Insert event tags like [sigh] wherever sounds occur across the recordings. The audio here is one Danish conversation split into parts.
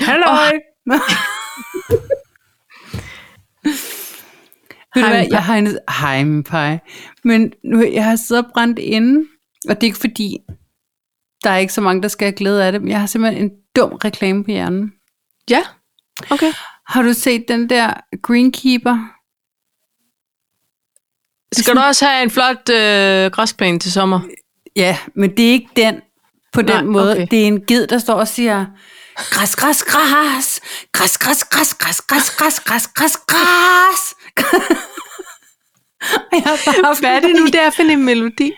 halløj. Oh. Ved du hvad, jeg har en heimepie. Men nu, jeg har siddet og brændt inde, og det er ikke fordi, der er ikke så mange, der skal have glæde af det, men jeg har simpelthen en dum reklame på hjernen. Ja, okay. Har du set den der Greenkeeper? Skal du også have en flot øh, græsplæne til sommer? Ja, men det er ikke den på den Nej, måde. okay. Det er en ged, der står og siger, græs, græs, græs, græs, græs, græs, græs, græs, græs, græs, græs, græs. [laughs] Og jeg har bare haft Hvad er det nu, det er for en melodi?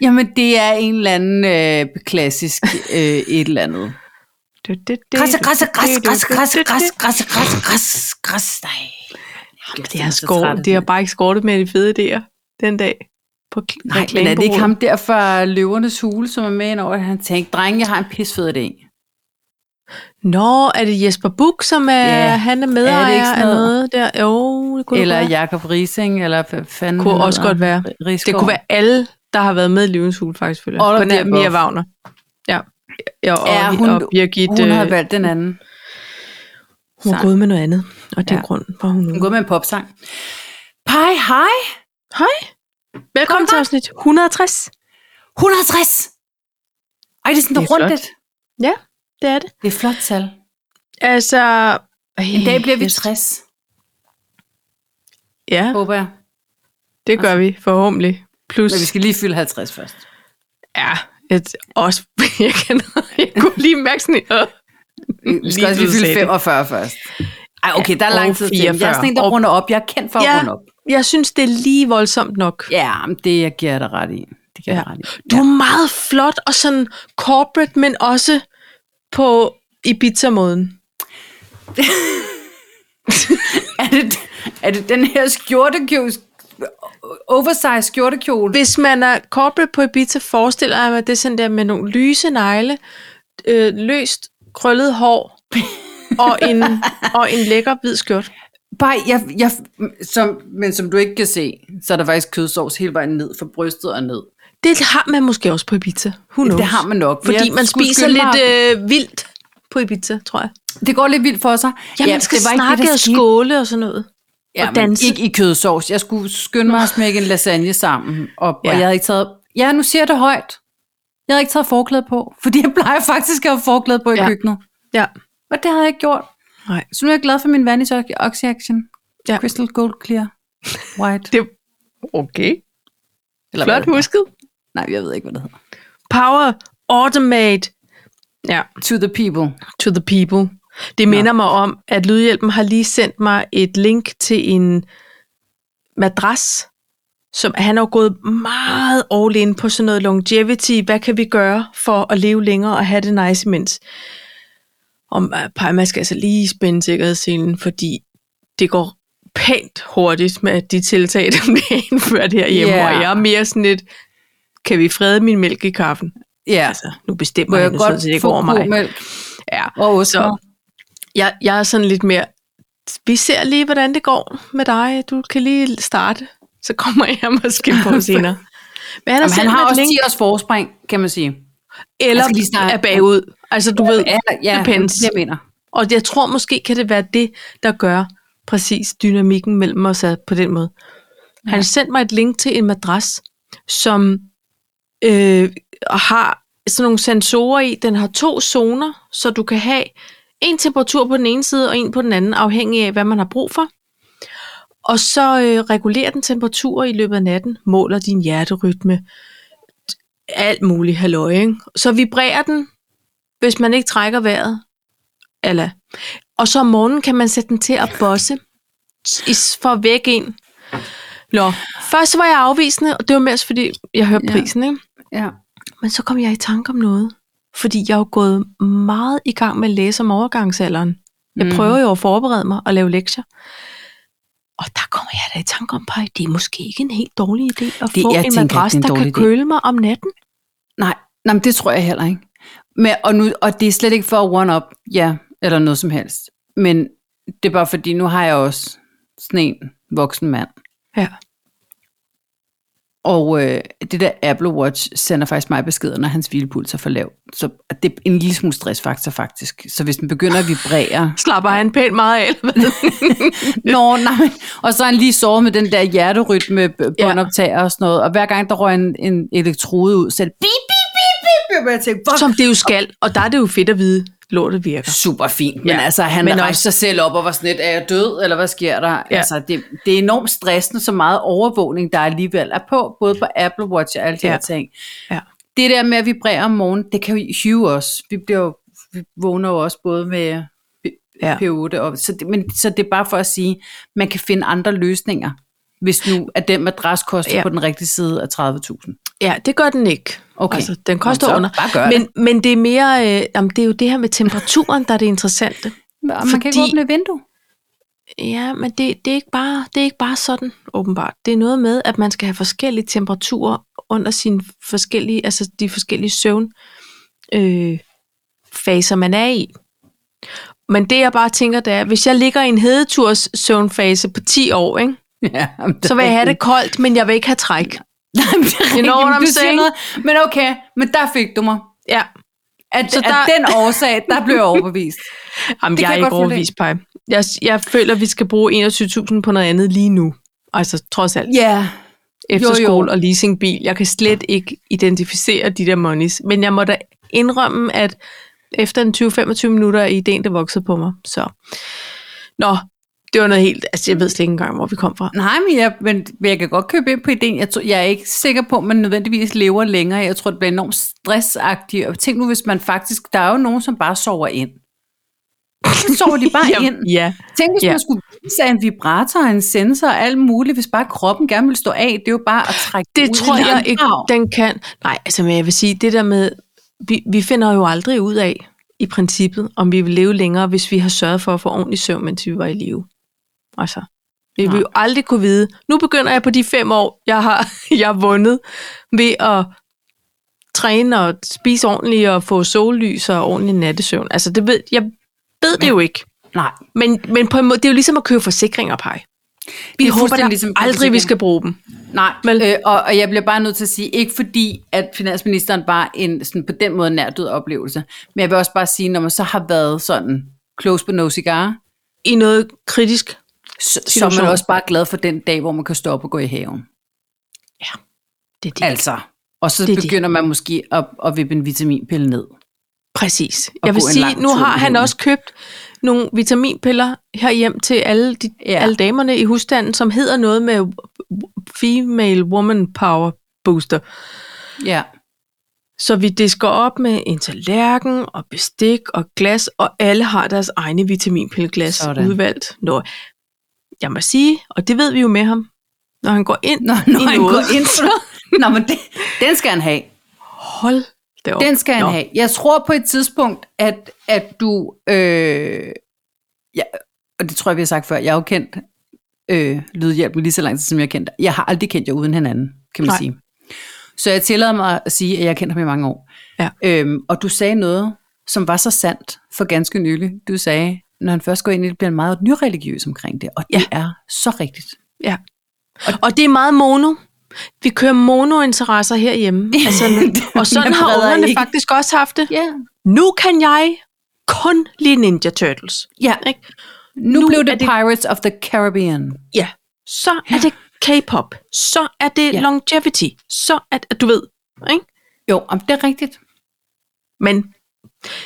Jamen, det er en eller anden øh, klassisk øh, et eller andet. Du, du, du, Græs, græs, du, græs, du, græs, du, græs, du, du. græs, græs, græs, græs, græs, nej. Det er skåret. Det er bare ikke skåret med de fede idéer den dag. På k- Nej, men er det ikke ham der fra Løvernes Hule, som er med ind over, at han tænkte, dreng, jeg har en pisfed idé. Nå, er det Jesper Buch, som er, Ja. ja. han er Er det ikke medejer sådan af noget? noget der? Jo, det kunne Eller det godt være. Jakob Rising, eller hvad fanden Kunne han også hedder. godt være. Risgaard. Det kunne være alle, der har været med i Løvens Hule, faktisk. Føler. All jeg. På of the nær Mia above. Wagner. Ja. ja og, Ja, ja, hun- hun, og Birgit, Hun har øh, valgt den anden. hun er sang. gået med noget andet, og det er Ja. ja. grunden for, at hun... Hun går med en popsang. Pej, hej. Hej. Velkommen til afsnit 160. 160. Ej, det er sådan Det er flot. rundet. Ja, det er det. Det er et flot tal. Altså... En dag bliver vi 60, Ja, håber jeg. det gør vi forhåbentlig. Plus, Men vi skal lige fylde 50 først. ja, et, også, [laughs] jeg, kan, jeg kunne lige mærke sådan, øh, Vi skal Lige også lige fylde sagde det. 45 først. Ej, okay, der er Ja, lang og tid til. Jeg er 44. sådan en, der Og- runder op. Jeg er kendt for at Ja. runde op. Jeg synes, det er lige voldsomt nok. Ja, men det jeg giver jeg dig ret i. Det giver jeg dig Ja. ret i. [laughs] Du er meget flot og sådan corporate, men også på Ibiza-måden. Er det, er det den her skjortekjole, oversized skjortekjole? Hvis man er corporate på Ibiza, forestiller jeg mig, at det er sådan der med nogle lyse negle, øh, løst krøllet [laughs] hår og en, og en lækker hvid skjort. Bare, jeg, jeg, som, men som du ikke kan se, så er der faktisk kødsovs hele vejen ned fra brystet og ned. Det har man måske også på Ibiza. Who knows? Det har man nok. Fordi Jeg man skulle spiser skynde mig- lidt øh, vildt på Ibiza, tror jeg. Det går lidt vildt for sig. Ja, man skal det var ikke snakke det, der og skete. skåle og sådan noget. ja, og men danse. Ikke i kødsovs. Jeg skulle skynde mig at smække en lasagne sammen. Og, ja. Ja. og jeg havde ikke taget... Ja, nu siger jeg det højt. Jeg havde ikke taget forklæde på. Fordi jeg plejer faktisk at have forklæde på i ja. Ja. køkkenet. Ja. Og det havde jeg ikke gjort. Nej. Så nu er jeg glad for min Vanish Oxy Action. Ja. Crystal Gold Clear. [laughs] White. Det, okay. Eller hvad Flot det hedder. husket. Nej, jeg ved ikke, hvad det hedder. Power, automate. Ja, To the people. to the people. Det minder mig om, at Lydhjælpen har lige sendt mig et link til en madras, som han har gået meget all in på sådan noget longevity. Hvad kan vi gøre for at leve længere og have det nice imens? Om øh, man skal altså lige spænde sikkerhedsselen, fordi det går pænt hurtigt med de tiltag, [laughs] der bliver indført herhjemme. Ja. Yeah. Og jeg er mere sådan lidt, kan vi frede min mælk i kaffen? Ja. altså, nu bestemmer Må jeg, jeg jeg godt sådan set ikke få over mig. komælk Ja. og ost? Så jeg, jeg er sådan lidt mere, vi ser lige, hvordan det går med dig. Du kan lige starte, så kommer jeg [laughs] måske på senere. Men han, Jamen, han har også link, 10 års forspring, kan man sige. eller skal lige snakke. er bagud. Altså, du ved, Ja, ja det er depends. det, jeg mener. Og jeg tror måske, kan det være det, der gør præcis dynamikken mellem os er på den måde. Han Ja. sendte mig et link til en madras, som øh, har sådan nogle sensorer i. Den har to zoner, så du kan have en temperatur på den ene side og en på den anden, afhængig af, hvad man har brug for. Og så øh, regulerer den temperaturer i løbet af natten, måler din hjerterytme, alt muligt halløj, ikke? Så vibrerer den, hvis man ikke trækker vejret. Eller. Og så om morgenen kan man sætte den til at bosse i- for at vække en. Nå, først var jeg afvisende, og det var mest fordi, jeg hørte Ja. prisen, ikke? Ja. Men så kom jeg i tanke om noget. Fordi jeg er jo gået meget i gang med at læse om overgangsalderen. Jeg Mhm. mm. prøver jo at forberede mig og lave lektier. Og der kommer jeg da i tanke om, at det er måske ikke en helt dårlig idé at Det- det, få jeg en tænker ikke, madras, det er en der dårlig kan idé. køle mig om natten. Nej, nej men det tror jeg heller ikke. Men, og, nu, og det er slet ikke for at one-up, ja, eller noget som helst. Men det er bare fordi, nu har jeg også sådan en voksen mand. Ja. Og øh, det der Apple Watch sender faktisk mig beskeder, når hans hvilepuls er for lav. Så det er en lille smule stressfaktor faktisk. Så hvis den begynder at vibrere... Slapper han pænt meget af, eller hvad? Nå, nej. men- Og så er han lige sovet med den der hjerterytme, b- båndoptager og sådan noget. Og hver gang der røg en, en elektrode ud, så er det bip, bip, bip, bip, bip. Og jeg tænkte, Som det jo skal, og der er det jo fedt at vide, lortet virker. super fint. Men Ja, ja. altså, han men men rejste også- sig selv op og var sådan lidt, er jeg død, eller hvad sker der? Ja. Ja. Altså, det, det er enormt stressende, så meget overvågning, der alligevel er på, både på Apple Watch og alle de Ja. ja. her ting. Ja. Det der med at vibrere om morgenen, det kan jo hive os. Vi, bliver jo, vi vågner jo også både med Ja. ja. P8, og, så, det, men, så det er bare for at sige, man kan finde andre løsninger, hvis nu at den madras koster Ja. ja. på den rigtige side af 30.000. Ja, det gør den ikke. Okay. Altså, den koster Jamen, så under. bare gør men, men det er mere, øh, jamen, det er jo det her med temperaturen, der er det interessante. Man Fordi... kan ikke Fordi- åbne vindue. Ja, men det, det, er ikke bare, det er ikke bare sådan, åbenbart. Det er noget med, at man skal have forskellige temperaturer under sine forskellige, altså de forskellige søvn, øh, faser, man er i. Men det, jeg bare tænker, det er, hvis jeg ligger i en hedeturs søvnfase på 10 år, ikke, [laughs] Ja, men så vil jeg have rigtigt. det koldt, men jeg vil ikke have træk. [laughs] Nej, men det er rigtigt, know what men I'm du siger saying? noget. Men okay, men der fik du mig. Ja, At, Så så der- at den årsag, [laughs] der blev jeg overbevist. Jamen, Det jeg kan er jeg ikke godt følge. overbevist, Paj. Jeg, jeg føler, at vi skal bruge 21.000 på noget andet lige nu. Altså, trods alt. Ja. efterskole og leasingbil. Jeg kan slet ikke identificere de der monies, men jeg må da indrømme, at efter en 20-25 minutter er ideen, der voksede på mig. Så. Nå, det var noget helt... Altså, jeg ved slet ikke engang, hvor vi kom fra. Nej, men jeg, men men jeg kan godt købe ind på ideen. Jeg, tror, jeg er ikke sikker på, at man nødvendigvis lever længere. Jeg tror, det bliver enormt stressagtigt. Og tænk nu, hvis man faktisk... Der er jo nogen, som bare sover ind. Så sover de bare [laughs] Jamen, ind. Ja, Tænk, hvis Ja. ja. man skulle vise af en vibrator, en sensor og alt muligt, hvis bare kroppen gerne vil stå af. Det er jo bare at trække det ud tror i jeg en ikke, grav. den kan. Nej, altså, men jeg vil sige, det der med... Vi, vi finder jo aldrig ud af, i princippet, om vi vil leve længere, hvis vi har sørget for at få ordentlig søvn, mens vi var i live. Altså, vi vil Nej. jo aldrig kunne vide. Nu begynder jeg på de fem år, jeg har, [laughs] jeg har vundet ved at træne og spise ordentligt og få sollys og ordentlig nattesøvn. Altså, det ved, jeg ved det jo ikke. Nej. Men, men på en måde, det er jo ligesom at købe forsikringer, Pej. Vi Det er håber da fuldstændig ligesom på aldrig, vi forsikringer. skal bruge dem. Nej, Vel? øh, og, og jeg bliver bare nødt til at sige, ikke fordi, at finansministeren var en sådan på den måde nærdød oplevelse, men jeg vil også bare sige, når man så har været sådan close på no cigar, I noget kritisk så, så er Situation. man også bare glad for den dag, hvor man kan stoppe og gå i haven. det er det. Altså. Og så Det er det. begynder man måske at, at vippe en vitaminpille ned. Præcis. Og Jeg vil gå en sige, lang nu tur har med han hunden. også købt nogle vitaminpiller herhjem til alle, de, ja. Ja. alle damerne i husstanden, som hedder noget med female woman power booster. Ja. Så vi disker op med en tallerken og bestik og glas, og alle har deres egne vitaminpilleglas Sådan. udvalgt. Nå, jeg må sige, og det ved vi jo med ham, når han går ind Nå, i når han noget, går [laughs] ind, så... Nå, men det, den skal han have. hold det op. Den skal han Nå. Nå. have. Jeg tror på et tidspunkt, at, at du... Øh, ja, og det tror jeg, vi har sagt før. Jeg har jo kendt øh, lydhjælpen lige så lang tid, som jeg har kendt dig. Jeg har aldrig kendt jer uden hinanden, kan man Nej. Nej. sige. Så jeg tillader mig at sige, at jeg har kendt ham i mange år. Ja. Øhm, og du sagde noget, som var så sandt for ganske nylig. Du sagde, når han først går ind i det, bliver han meget nyreligiøs omkring det. Og det ja. er så rigtigt. Ja. Og, og det er meget mono. Vi kører monointeresser herhjemme. Altså, [laughs] [laughs] og sådan Man har breder ungerne ikke. faktisk også haft det. Ja. Nu kan jeg kun lide Ninja Turtles. ja. Ikke? Nu, Nu nu blev er det det- Pirates of the Caribbean. Ja. Så er det K-pop. Så er det Ja. longevity. Så er det, du ved. Ikke? Jo, om det er rigtigt. Men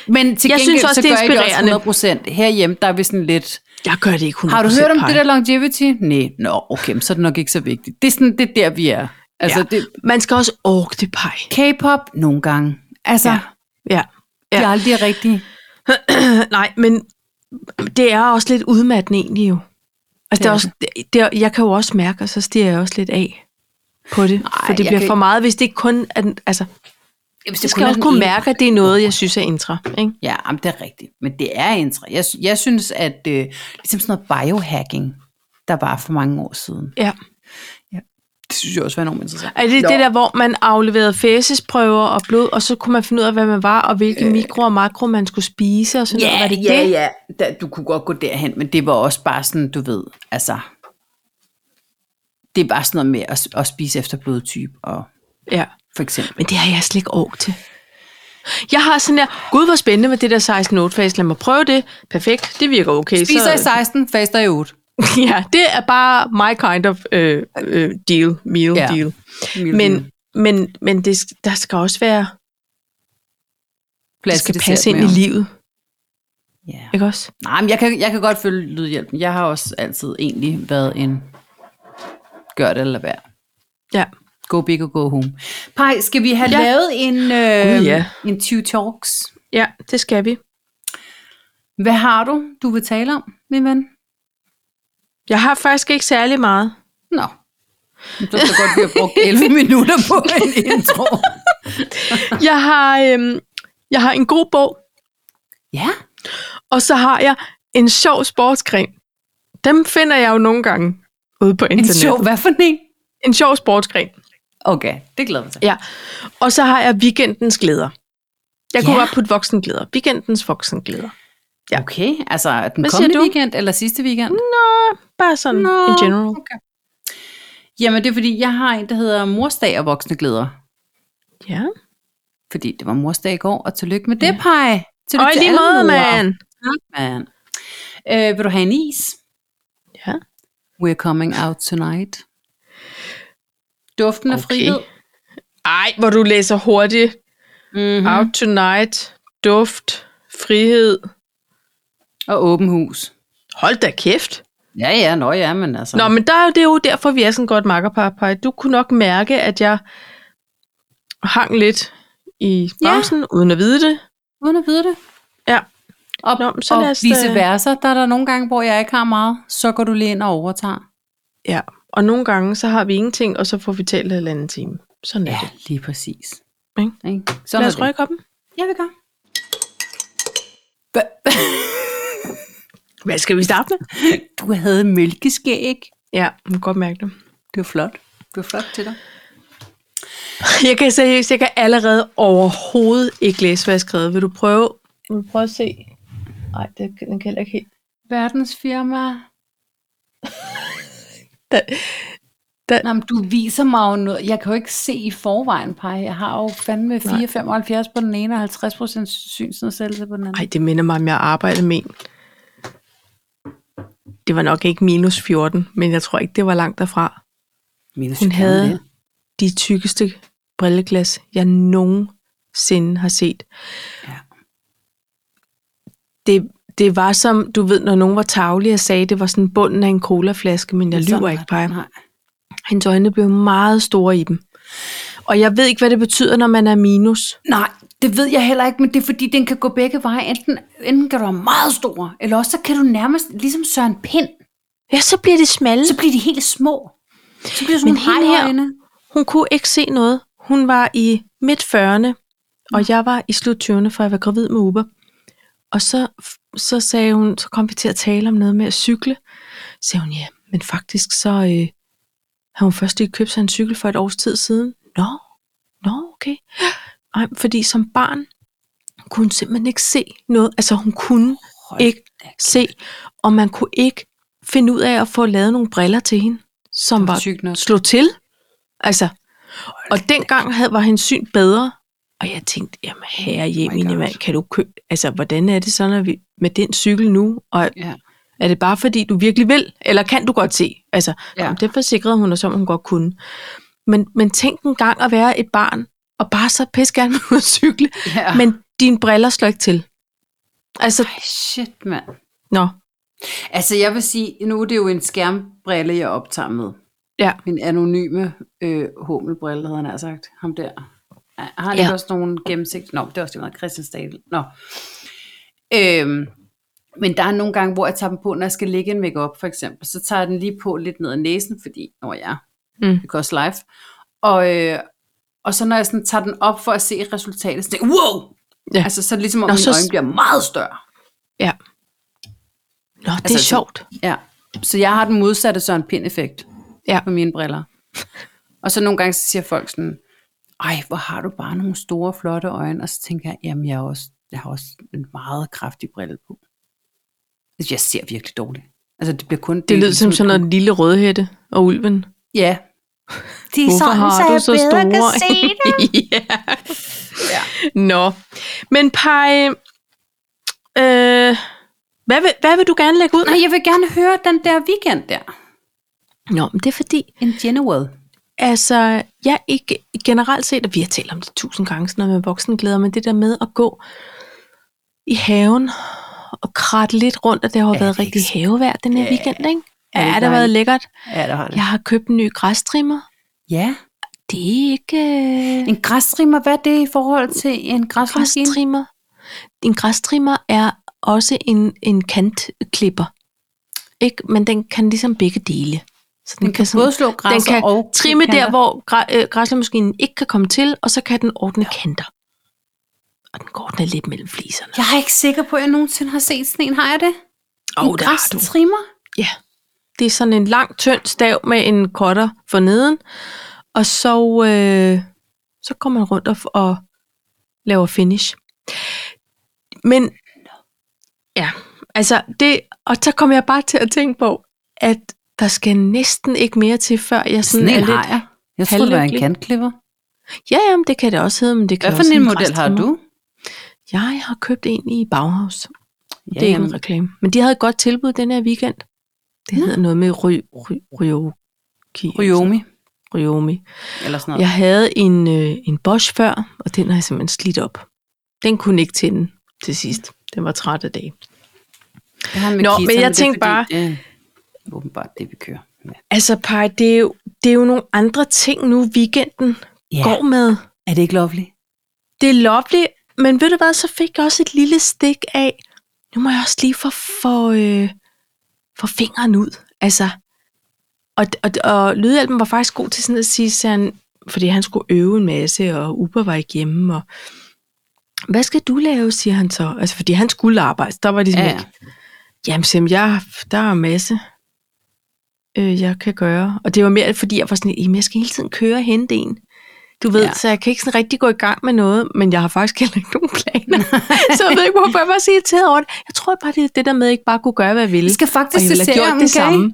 Men til Jeg jeg synes gengæld, også, også, så det er gør jeg inspirerende. det også 100%. Herhjemme, der er vi sådan lidt... hmm, jeg gør det ikke 100% Har du hørt om pej. det der longevity? Nej, nå, okay, men så er det nok ikke så vigtigt. Det er sådan, det er der, vi er. Altså, Ja. ja. det, Man skal også orke det, pej. K-pop nogle gange. Altså, Ja. ja. Ja. det er aldrig rigtigt. [clears throat] Nej, men det er også lidt udmattende egentlig jo. Altså, det Det er er også, det, det er, jeg kan jo også mærke, og så stiger jeg også lidt af på det. Nej, for jeg det bliver kan for meget, hvis det ikke kun er... den- Altså, Hvis det skal jeg også kunne mærke, at det er noget, jeg synes er intra. Ikke? Ja, jamen, det er rigtigt. Men det er intra. Jeg, sy- jeg synes, at øh, ligesom sådan noget biohacking, der var for mange år siden. Ja. Det synes jeg også var enormt interessant. Er det Nå. det der, hvor man afleverede fæsesprøver og blod, og så kunne man finde ud af, hvad man var, og hvilke øh. mikro og makro, man skulle spise og sådan noget? Var det ja, det? ja. Da, du kunne godt gå derhen, men det var også bare sådan, du ved, altså... Det er bare sådan noget med at, at spise efter blodtype, og Ja. for eksempel. Men det har jeg slet ikke ork til. Jeg har sådan her, gud hvor spændende med det der 16 8 fase, lad mig prøve det. Perfekt, det virker okay. Spiser i 16, faster i 8. [laughs] Ja, det er bare my kind of øh, øh, deal, meal Ja. yeah. deal. Men, men, men det, sk- der skal også være, det skal passe ind i livet, Ja. ikke også? Nej, men jeg kan, jeg kan godt følge lydhjælpen. Jeg har også altid egentlig været en gør det eller hvad. Ja. Go big og go home. Pej, skal vi have ja. Ja. lavet en, øh, Gud, ja. en 20 talks? ja, det skal vi. Hvad har du, du vil tale om, min ven? Jeg har faktisk ikke særlig meget. Nå. Det er så godt, vi har brugt 11 minutter på [laughs] en intro. Jeg har, øhm, jeg har en god bog, Ja. og så har jeg en sjov sportsgren. Dem finder jeg jo nogle gange ude på En internettet. sjov, hvad for en? en sjov sportsgren. Okay, det glæder mig til. Ja. Og så har jeg weekendens glæder. Jeg kunne Ja. godt putte voksenglæder. Weekendens voksenglæder. Ja. Okay, altså den Hvad siger kommende du? weekend eller sidste weekend? Bare sådan Nå, in general. Okay. Jamen, det er fordi, jeg har en, der hedder Morsdag og Voksne Glæder. Ja. Fordi det var Morsdag i går, og tillykke med det, ja. Paj. Tillykke Og i til lige alle måde, mødre. mand. Tak, mand. Øh, vil du have en is? Ja. We're coming out tonight. Duften af Okay. frihed. Ej, hvor du læser hurtigt. Mm-hmm. Mm. Out tonight. Duft. Frihed. Og åben hus. Hold da kæft. Ja, ja, nå ja, men altså. Nå, men der, er jo- det er jo derfor, vi er sådan godt makkerpar. Du kunne nok mærke, at jeg hang lidt i Ja. bremsen, ja. uden at vide det. Uden at vide det. Ja. Og, Nå, men så og lad os, vice øh, versa, der er der nogle gange, hvor jeg ikke har meget, så går du lige ind og overtager. Ja. Og nogle gange, så har vi ingenting, og så får vi talt en anden time. Sådan er det. lige præcis. Ikke? Ikke? Sådan Lad er os det. rykke op. Ja, vi gør. [laughs] Hvad skal vi starte med? Du havde mælkeskæg. Ja, man kan godt mærke det. Det var flot. Det var flot til dig. [laughs] Jeg kan seriøst, jeg kan allerede overhovedet ikke læse, hvad jeg har skrevet. Vil du prøve? Vil du prøve at se? Nej, det, den kan heller ikke helt. Verdensfirma. [laughs] Da, Nå, men du viser mig jo noget. Jeg kan jo ikke se i forvejen, Paj. Jeg har jo fandme 4,75 på den ene og 50 procent synsnedsættelse på den anden. ej, det minder mig om, jeg arbejdede med en. Det var nok ikke minus 14, men jeg tror ikke, det var langt derfra. Minus Hun havde de tykkeste brilleglas, jeg nogensinde har set. Ja. Det, det var som, du ved, når nogen var tavlige og sagde, det var sådan bunden af en colaflaske, men jeg lyver ikke, Paj. Hendes øjne blev meget store i dem. Og jeg ved ikke, hvad det betyder, når man er minus. Nej, det ved jeg heller ikke, men det er fordi, den kan gå begge veje. Enten, enten kan du være meget stor, eller også så kan du nærmest, ligesom Søren Pind, Ja, så bliver det smalle. så bliver de helt små. Så bliver det sådan Men nogle hende her- hejøjne. Hun kunne ikke se noget. Hun var i midt 40'erne, og jeg var i slut 20'erne, for jeg var gravid med Uber. Og så, så sagde hun, så kom vi til at tale om noget med at cykle. Så sagde hun, ja, men faktisk så øh, havde hun først lige købt sig en cykel for et års tid siden. Nå, nå, okay. Ej, fordi som barn kunne hun simpelthen ikke se noget. Altså hun kunne Hold ikke se, og man kunne ikke finde ud af at få lavet nogle briller til hende, som var sygt nok. slå til. Altså, og dengang havde, var hendes syn bedre, og jeg tænkte, jamen herre hjem, my oh God. mand, kan du købe, altså hvordan er det så, når vi med den cykel nu, og Ja. er det bare fordi, du virkelig vil, eller kan du godt se? Altså, Ja. ja. jamen, det forsikrede hun os om, hun godt kunne. Men, men tænk en gang at være et barn, og bare så pisse gerne [laughs] med ud at cykle, ja. ja. men dine briller slår ikke til. Altså, Ej, shit, mand. nå, Altså, jeg vil sige, nu er det jo en skærmbrille, jeg optager med. ja. Min anonyme øh, hummelbrille, havde han altså sagt. Ham der. Ah, Har han Ja. ja. også nogen gennemsigt? Nå, det er også det meget Christian Stadel. Nå. Øhm, men der er nogle gange, hvor jeg tager dem på, når jeg skal lægge en makeup for eksempel. Så tager jeg den lige på lidt ned ad næsen, fordi når jeg Mm. det går også live. Og, øh, og så når jeg sådan tager den op for at se resultatet, så tænker jeg, wow! Ja. Ja. Altså, så er det ligesom, om Nå, mine så- øjne bliver meget større. Ja. Nå, det Altså, er sjovt. Ja, så jeg har den modsatte Søren Pind-effekt Ja. på mine briller. Og så nogle gange så siger folk sådan, ej, hvor har du bare nogle store, flotte øjne. Og så tænker jeg, jamen jeg, er også, jeg har også en meget kraftig brille på. Altså, jeg ser virkelig dårligt. Altså, det bliver kun... Det lyder som sådan noget lille rødhætte og ulven. Ja. De er Hvorfor sådan, har så du jeg så bedre store? kan se det. ja. ja. Nå. Men Paj, øh, hvad, vil, hvad vil du gerne lægge ud? Nej, jeg vil gerne høre den der weekend der. Nå, men det er fordi, In general. altså, jeg ikke generelt set, og vi har talt om det tusind gange, sådan noget med voksenglæder, men det der med at gå i haven og kratte lidt rundt, og det har jo Ja, været det er rigtig ikke- havevejr den her Ja, weekend, ikke? Ja, er det det har dejligt. været lækkert. Ja, der har det. Jeg har købt en ny græstrimmer. ja. Det er ikke... øh, En græsstrimmer, hvad er det i forhold til en græsmaskine? græstrimmer. En græstrimmer er også en, en kantklipper. Ikke? Men den kan ligesom begge dele. Så den, Den kan både slå græs den kan og trimme der, kanter. hvor græ, øh, græslemaskinen ikke kan komme til, og så kan den ordne kanter. Og den går den lidt mellem fliserne. Jeg er ikke sikker på, at jeg nogensinde har set sådan en. Har jeg det? Åh, en det har du. græstrimmer? Ja. Det er sådan en lang, tynd stav med en cutter for neden. Og så, øh, så går man rundt og, og laver finish. Men, ja, altså det, og så kom jeg bare til at tænke på, at der skal næsten ikke mere til, før jeg sådan Sådan er en lidt... har jeg. Jeg troede, det var en halvlykkelig. kantklipper. Ja, jamen, det kan det også hedde, men det kan Hvad for også en hedde model har græstrimmer. du? Jeg har købt en i Bauhaus. Ja, det er ikke Jamen, en reklame. Men de havde et godt tilbud den her weekend. Det hedder noget med ry, ry, ryoki. Ryomi. altså- Ryomi. Eller sådan noget. Jeg havde en, øh, en Bosch før, og den har jeg simpelthen slidt op. Den kunne ikke tænde til sidst. Den var træt af dag. Jeg har en med Nå, Kita, men jeg det er tænkte fordi, bare- Det er åbenbart det, vi kører. med. Altså, Paj, det er, jo, det er jo nogle andre ting nu, weekenden Ja. ja. går Mm. med. Er det ikke lovligt? Det er lovligt, men ved du hvad, så fik jeg også et lille stik af, nu må jeg også lige få for, øh, for fingeren ud. Altså, og, og, og Lydhjælpen var faktisk god til sådan at sige, sagde han, fordi han skulle øve en masse, og Uber var ikke hjemme, og hvad skal du lave, siger han så. Altså, fordi han skulle arbejde, der var de sådan Ja, ja. ja. ikke, jamen sim, jeg, der er en masse, øh, jeg kan gøre. Og det var mere, fordi jeg var sådan, jamen, jeg skal hele tiden køre og hente en. Du ved, Ja. ja. så jeg kan ikke sådan rigtig gå i gang med noget, men jeg har faktisk heller ikke [laughs] nogen planer. så jeg ved ikke, hvorfor jeg var så irriteret over det. Jeg tror bare, det er det der med, at jeg ikke bare kunne gøre, hvad jeg ville. Vi skal og jeg faktisk se ville have serien, gjort det okay? samme.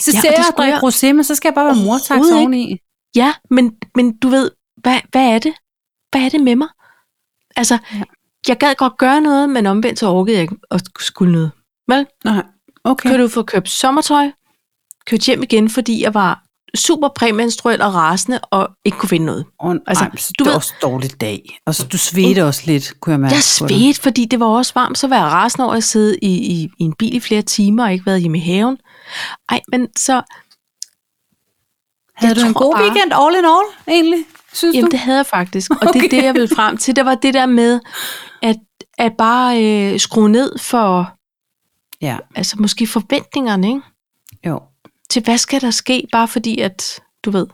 Så Ja, ja, og ser det jeg og skulle drikker jeg rosé, men så skal jeg bare være mortaks overhovedet ikke. oveni. Ja, men, men du ved, hvad, hvad er det? Hvad er det med mig? Altså, Ja. ja. jeg gad godt gøre noget, men omvendt så orkede jeg ikke at skulle noget. Nej, okay. Kørte ud for at købe sommertøj, kørte hjem igen, fordi jeg var super præmenstruel og rasende, og ikke kunne finde noget. Og, altså, altså, ej, så du du det ved- var Uh. også en dårlig dag. Og så, du svedte også lidt, kunne jeg mærke. Jeg på dig. svedte, fordi det var også varmt, så var jeg rasende over at sidde i, i, i en bil i flere timer og ikke været hjemme i haven. Ej, men så, Havde du en tror god bare- weekend all in all, egentlig? Synes jamen du? det havde jeg faktisk, og det er Okay. det, jeg ville frem til. Det var det der med, at, at bare øh, skrue ned for, Ja, altså måske forventningerne, ikke? jo. Til hvad skal der ske, bare fordi at, du ved,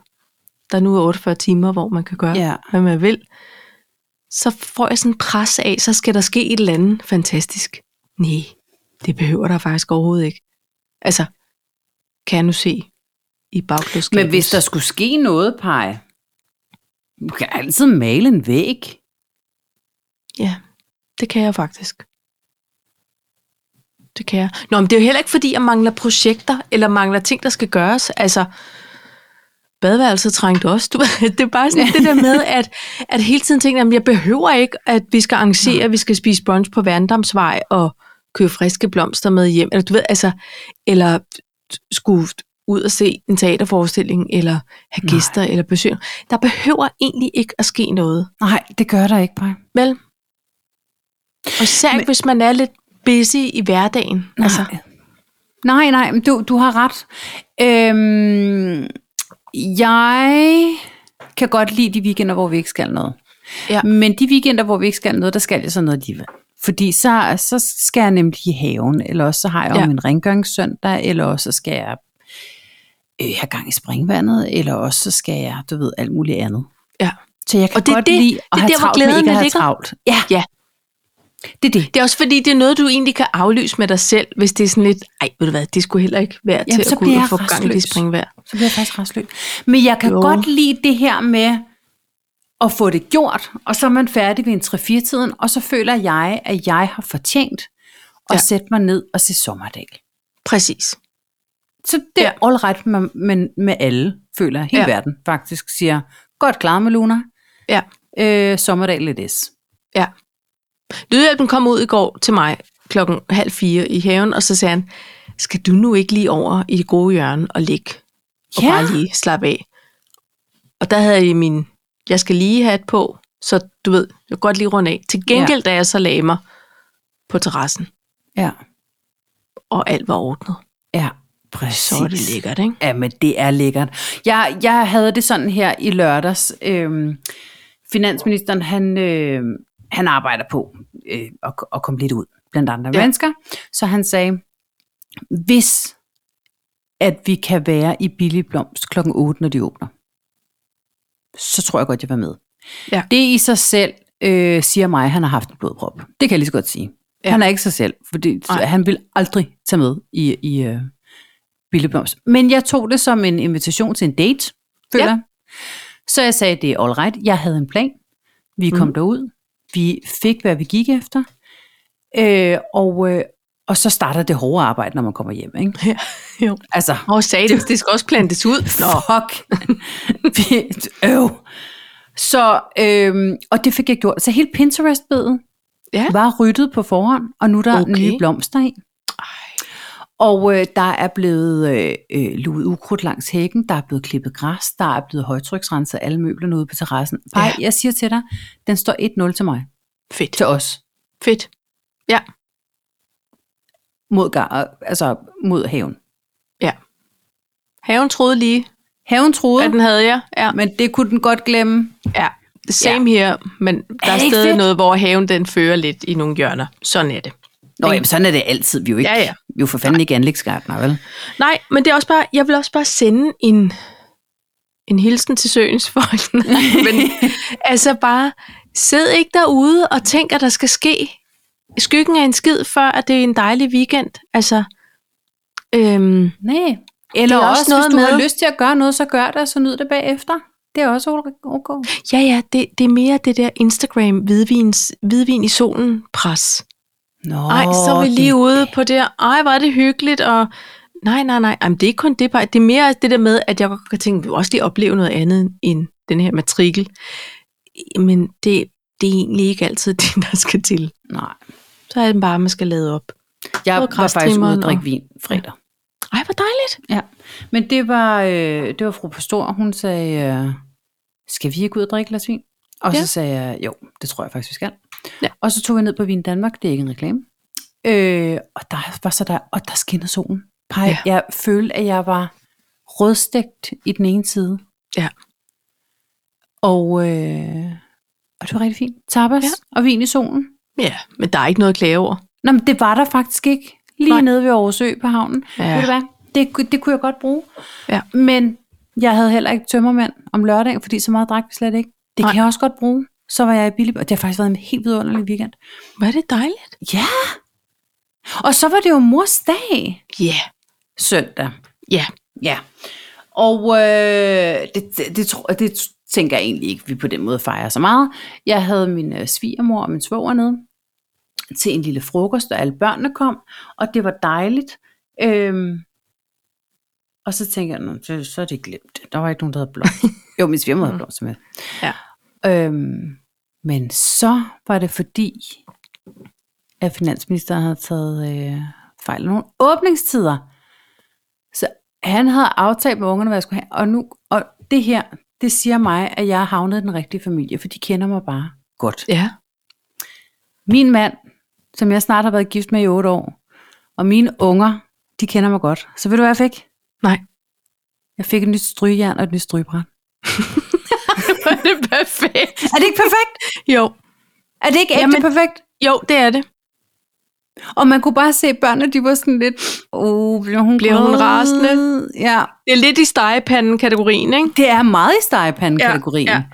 der nu er 48 timer, hvor man kan gøre, Ja. hvad man vil. Så får jeg sådan en pres af, så skal der ske et eller andet fantastisk. Nej, det behøver der faktisk overhovedet ikke. Altså, kan jeg nu se i bagklodskabens... Men hvis der skulle ske noget, Paj, du kan altid male en væg. Ja, det kan jeg faktisk. Det kan jeg. Nå, men det er jo heller ikke, fordi jeg mangler projekter, eller mangler ting, der skal gøres. Altså, badeværelset trængte også. Du, [laughs] ved, det er bare sådan det der med, at, at hele tiden tænker, at jeg behøver ikke, at vi skal arrangere, at vi skal spise brunch på Værendamsvej og købe friske blomster med hjem. Eller, du ved, altså, eller skulle ud og se en teaterforestilling, eller have Nej. gæster, eller besøg. Der behøver egentlig ikke at ske noget. Nej, det gør der ikke, Paj. Vel? Og især ikke, hvis man er lidt busy i hverdagen. Nej. Altså, Nej, nej, men du, du har ret. Øhm, jeg kan godt lide de weekender, hvor vi ikke skal noget. Ja. Men de weekender, hvor vi ikke skal noget, der skal jeg så noget alligevel. Fordi så, så skal jeg nemlig i haven, eller også så har jeg jo Ja. ja. min rengøringssøndag, eller også så skal jeg øh, have gang i springvandet, eller også så skal jeg, du ved, alt muligt andet. ja. Så jeg kan Og det er godt det- lide at det er have der, hvor travlt med glæden ikke at have ligger. travlt. Ja, ja. det er det. Det er også fordi, det er noget, du egentlig kan aflyse med dig selv, hvis det er sådan lidt, ej, ved du hvad, det skulle heller ikke være Jamen, til så at gå ud bliver og jeg få gang i det rastløs. springvejr. Så bliver jeg faktisk rastløs. Men jeg kan jo. Jo. godt lide det her med at få det gjort, og så er man færdig ved en 3-4-tiden, og så føler jeg, at jeg har fortjent at ja. Ja. sætte mig ned og se sommerdal. Præcis. Så det er ja. all right med, med, med alle. føler jeg, hele Ja. ja. verden faktisk, siger, godt klaret med Luna. Ja. Øh, sommerdag lidt S. Lydhjælpen kom ud i går til mig klokken halv fire i haven, og så sagde han, skal du nu ikke lige over i det gode hjørne og ligge og Ja. bare lige slappe af? Og der havde jeg min, jeg skal lige have et på, så du ved, jeg kan godt lige runde af. Til gengæld, ja. da jeg så lagde mig på terrassen, Ja. og alt var ordnet, Ja, så præcis. er det lækkert, ikke? Ja, men det er lækkert. Jeg, jeg havde det sådan her i lørdags. Øhm, finansministeren, han, øh, han arbejder på øh, at, at komme lidt ud blandt andre Ja. ja. mennesker. Så han sagde, hvis at vi kan være i Billig Blomst klokken 8, når de åbner, så tror jeg godt, jeg var med. Ja. Det i sig selv øh, siger mig, at han har haft en blodprop. Det kan jeg lige så godt sige. Ja. Ja. Han er ikke sig selv, fordi Nej. han vil aldrig tage med i, i øh, Billebums. Men jeg tog det som en invitation til en date, føler Ja. ja. Så jeg sagde, det er all right. Jeg havde en plan. Vi kom Mhm. derud. Vi fik, hvad vi gik efter. Øh, og, øh, og så starter det hårde arbejde, når man kommer hjem. Ikke? Ja, jo. Altså, Og sagde det, det skal også plantes ud. Nå, fuck. [laughs] Vi- Øv. Så, øhm, og det fik jeg gjort. Så hele Pinterest-bedet Ja. ja. var ryddet på forhånd, og nu er der Okay. okay. nye blomster i. Og øh, der er blevet øh, øh, luet ukrudt langs hækken, der er blevet klippet græs, der er blevet højtryksrenset alle møblerne ude på terrassen. Pej, Ja. ja. jeg siger til dig, den står 1-0 til mig. fedt. Til os. Fedt. Mod, gar, altså, mod haven. Haven troede lige, Haven troede, at den havde jeg. Ja. men det kunne den godt glemme. Ja, same ja. her, men der er, det ikke stadig fedt? noget, hvor haven den fører lidt i nogle hjørner. Sådan er det. Nå, Ikke? jamen, sådan er det altid. Vi er jo, ikke, Ja, ja. Vi er jo for fanden ikke anlægsgardner, vel? Nej, men det er også bare, jeg vil også bare sende en, en hilsen til søens folk. [laughs] men altså bare, sid ikke derude og tænk, at der skal ske skyggen af en skid, før at det er en dejlig weekend. Altså, øhm, Nej. Eller Det er også, også også noget hvis du med... har med- lyst til at gøre noget, så gør det, og så nyd det bagefter. Det er også okay. ja ja, det, det er mere det der Instagram hvidvins, hvidvin i solen pres. Nå, Ej, så er vi lige ude på det. Ej, hvor er det hyggeligt. Og nej, nej, nej. Jamen, det er ikke kun det. Bare. Det er mere det der med, at jeg godt kan tænke, vi vil også lige opleve noget andet end den her matrikel. Men det, det er egentlig ikke altid [laughs] det, der skal til. Nej, Så er det bare, man skal lade op. Både jeg var faktisk ude græstrimmeren at drikke og- vin fredag. Ej, hvor dejligt. Ja. Men det var, øh, det var fru Pastor, hun sagde, øh, skal vi ikke ud og drikke et glas vin? Og ja. Ja. så sagde jeg, jo, det tror jeg faktisk, vi skal. Ja. Og så tog jeg ned på Vin Danmark, det er ikke en reklame. Øh, og der var så der, og der skinnede solen. Pej, Ja. ja. Jeg følte, at jeg var rødstegt i den ene side. Ja. Og, øh, og det var rigtig fint. Tapas ja. og vin i solen. Ja, men der er ikke noget at klage over. Nå, men det var der faktisk ikke. Lige Nej. Nej. nede ved Aarhusø på havnen. Ja. Ja. Ved du hvad? Det, ku- det kunne jeg godt bruge. Ja. Men jeg havde heller ikke tømmermand om lørdagen, fordi så meget drak vi slet ikke. Nej. Det Nej. kan jeg også godt bruge. Så var jeg i Billig, og det har faktisk været en helt vidunderlig weekend. Var det dejligt? Ja! Og så var det jo mors dag Ja, yeah. søndag. ja. Yeah. Ja. Og øh, det, det, det, tror, det tænker jeg egentlig ikke, vi på den måde fejrer så meget. Jeg havde min øh, svigermor og min svoger nede til en lille frokost, og alle børnene kom, og det var dejligt. Øhm, og så tænker jeg, "Nå, så, så er det glemt. Der var ikke nogen, der havde blomster. jo, min svigermor havde blomster med. Ja. Øhm, men så var det fordi, at finansministeren havde taget øh, fejl af nogle åbningstider. Så han havde aftalt med ungerne, hvad jeg skulle have. Og, nu, og det her, det siger mig, at jeg har havnet i den rigtige familie, for de kender mig bare godt. ja. Min mand, som jeg snart har været gift med i otte år, og mine unger, de kender mig godt. Så ved du, hvad jeg fik? Nej. [laughs] Jeg fik et nyt strygejern og et nyt strygebræt. Var det perfekt? Er det ikke perfekt? Jo. Er det ikke ægte Jamen- Jamen. perfekt? jo, det er det. Og man kunne bare se, at børnene de var sådan lidt, oh, bliver hun, Bliver hun glad?" rasende? Ja, Det er lidt i stegepanden-kategorien, ikke? det er meget i stegepanden-kategorien. Ja, Ja, ja. ja.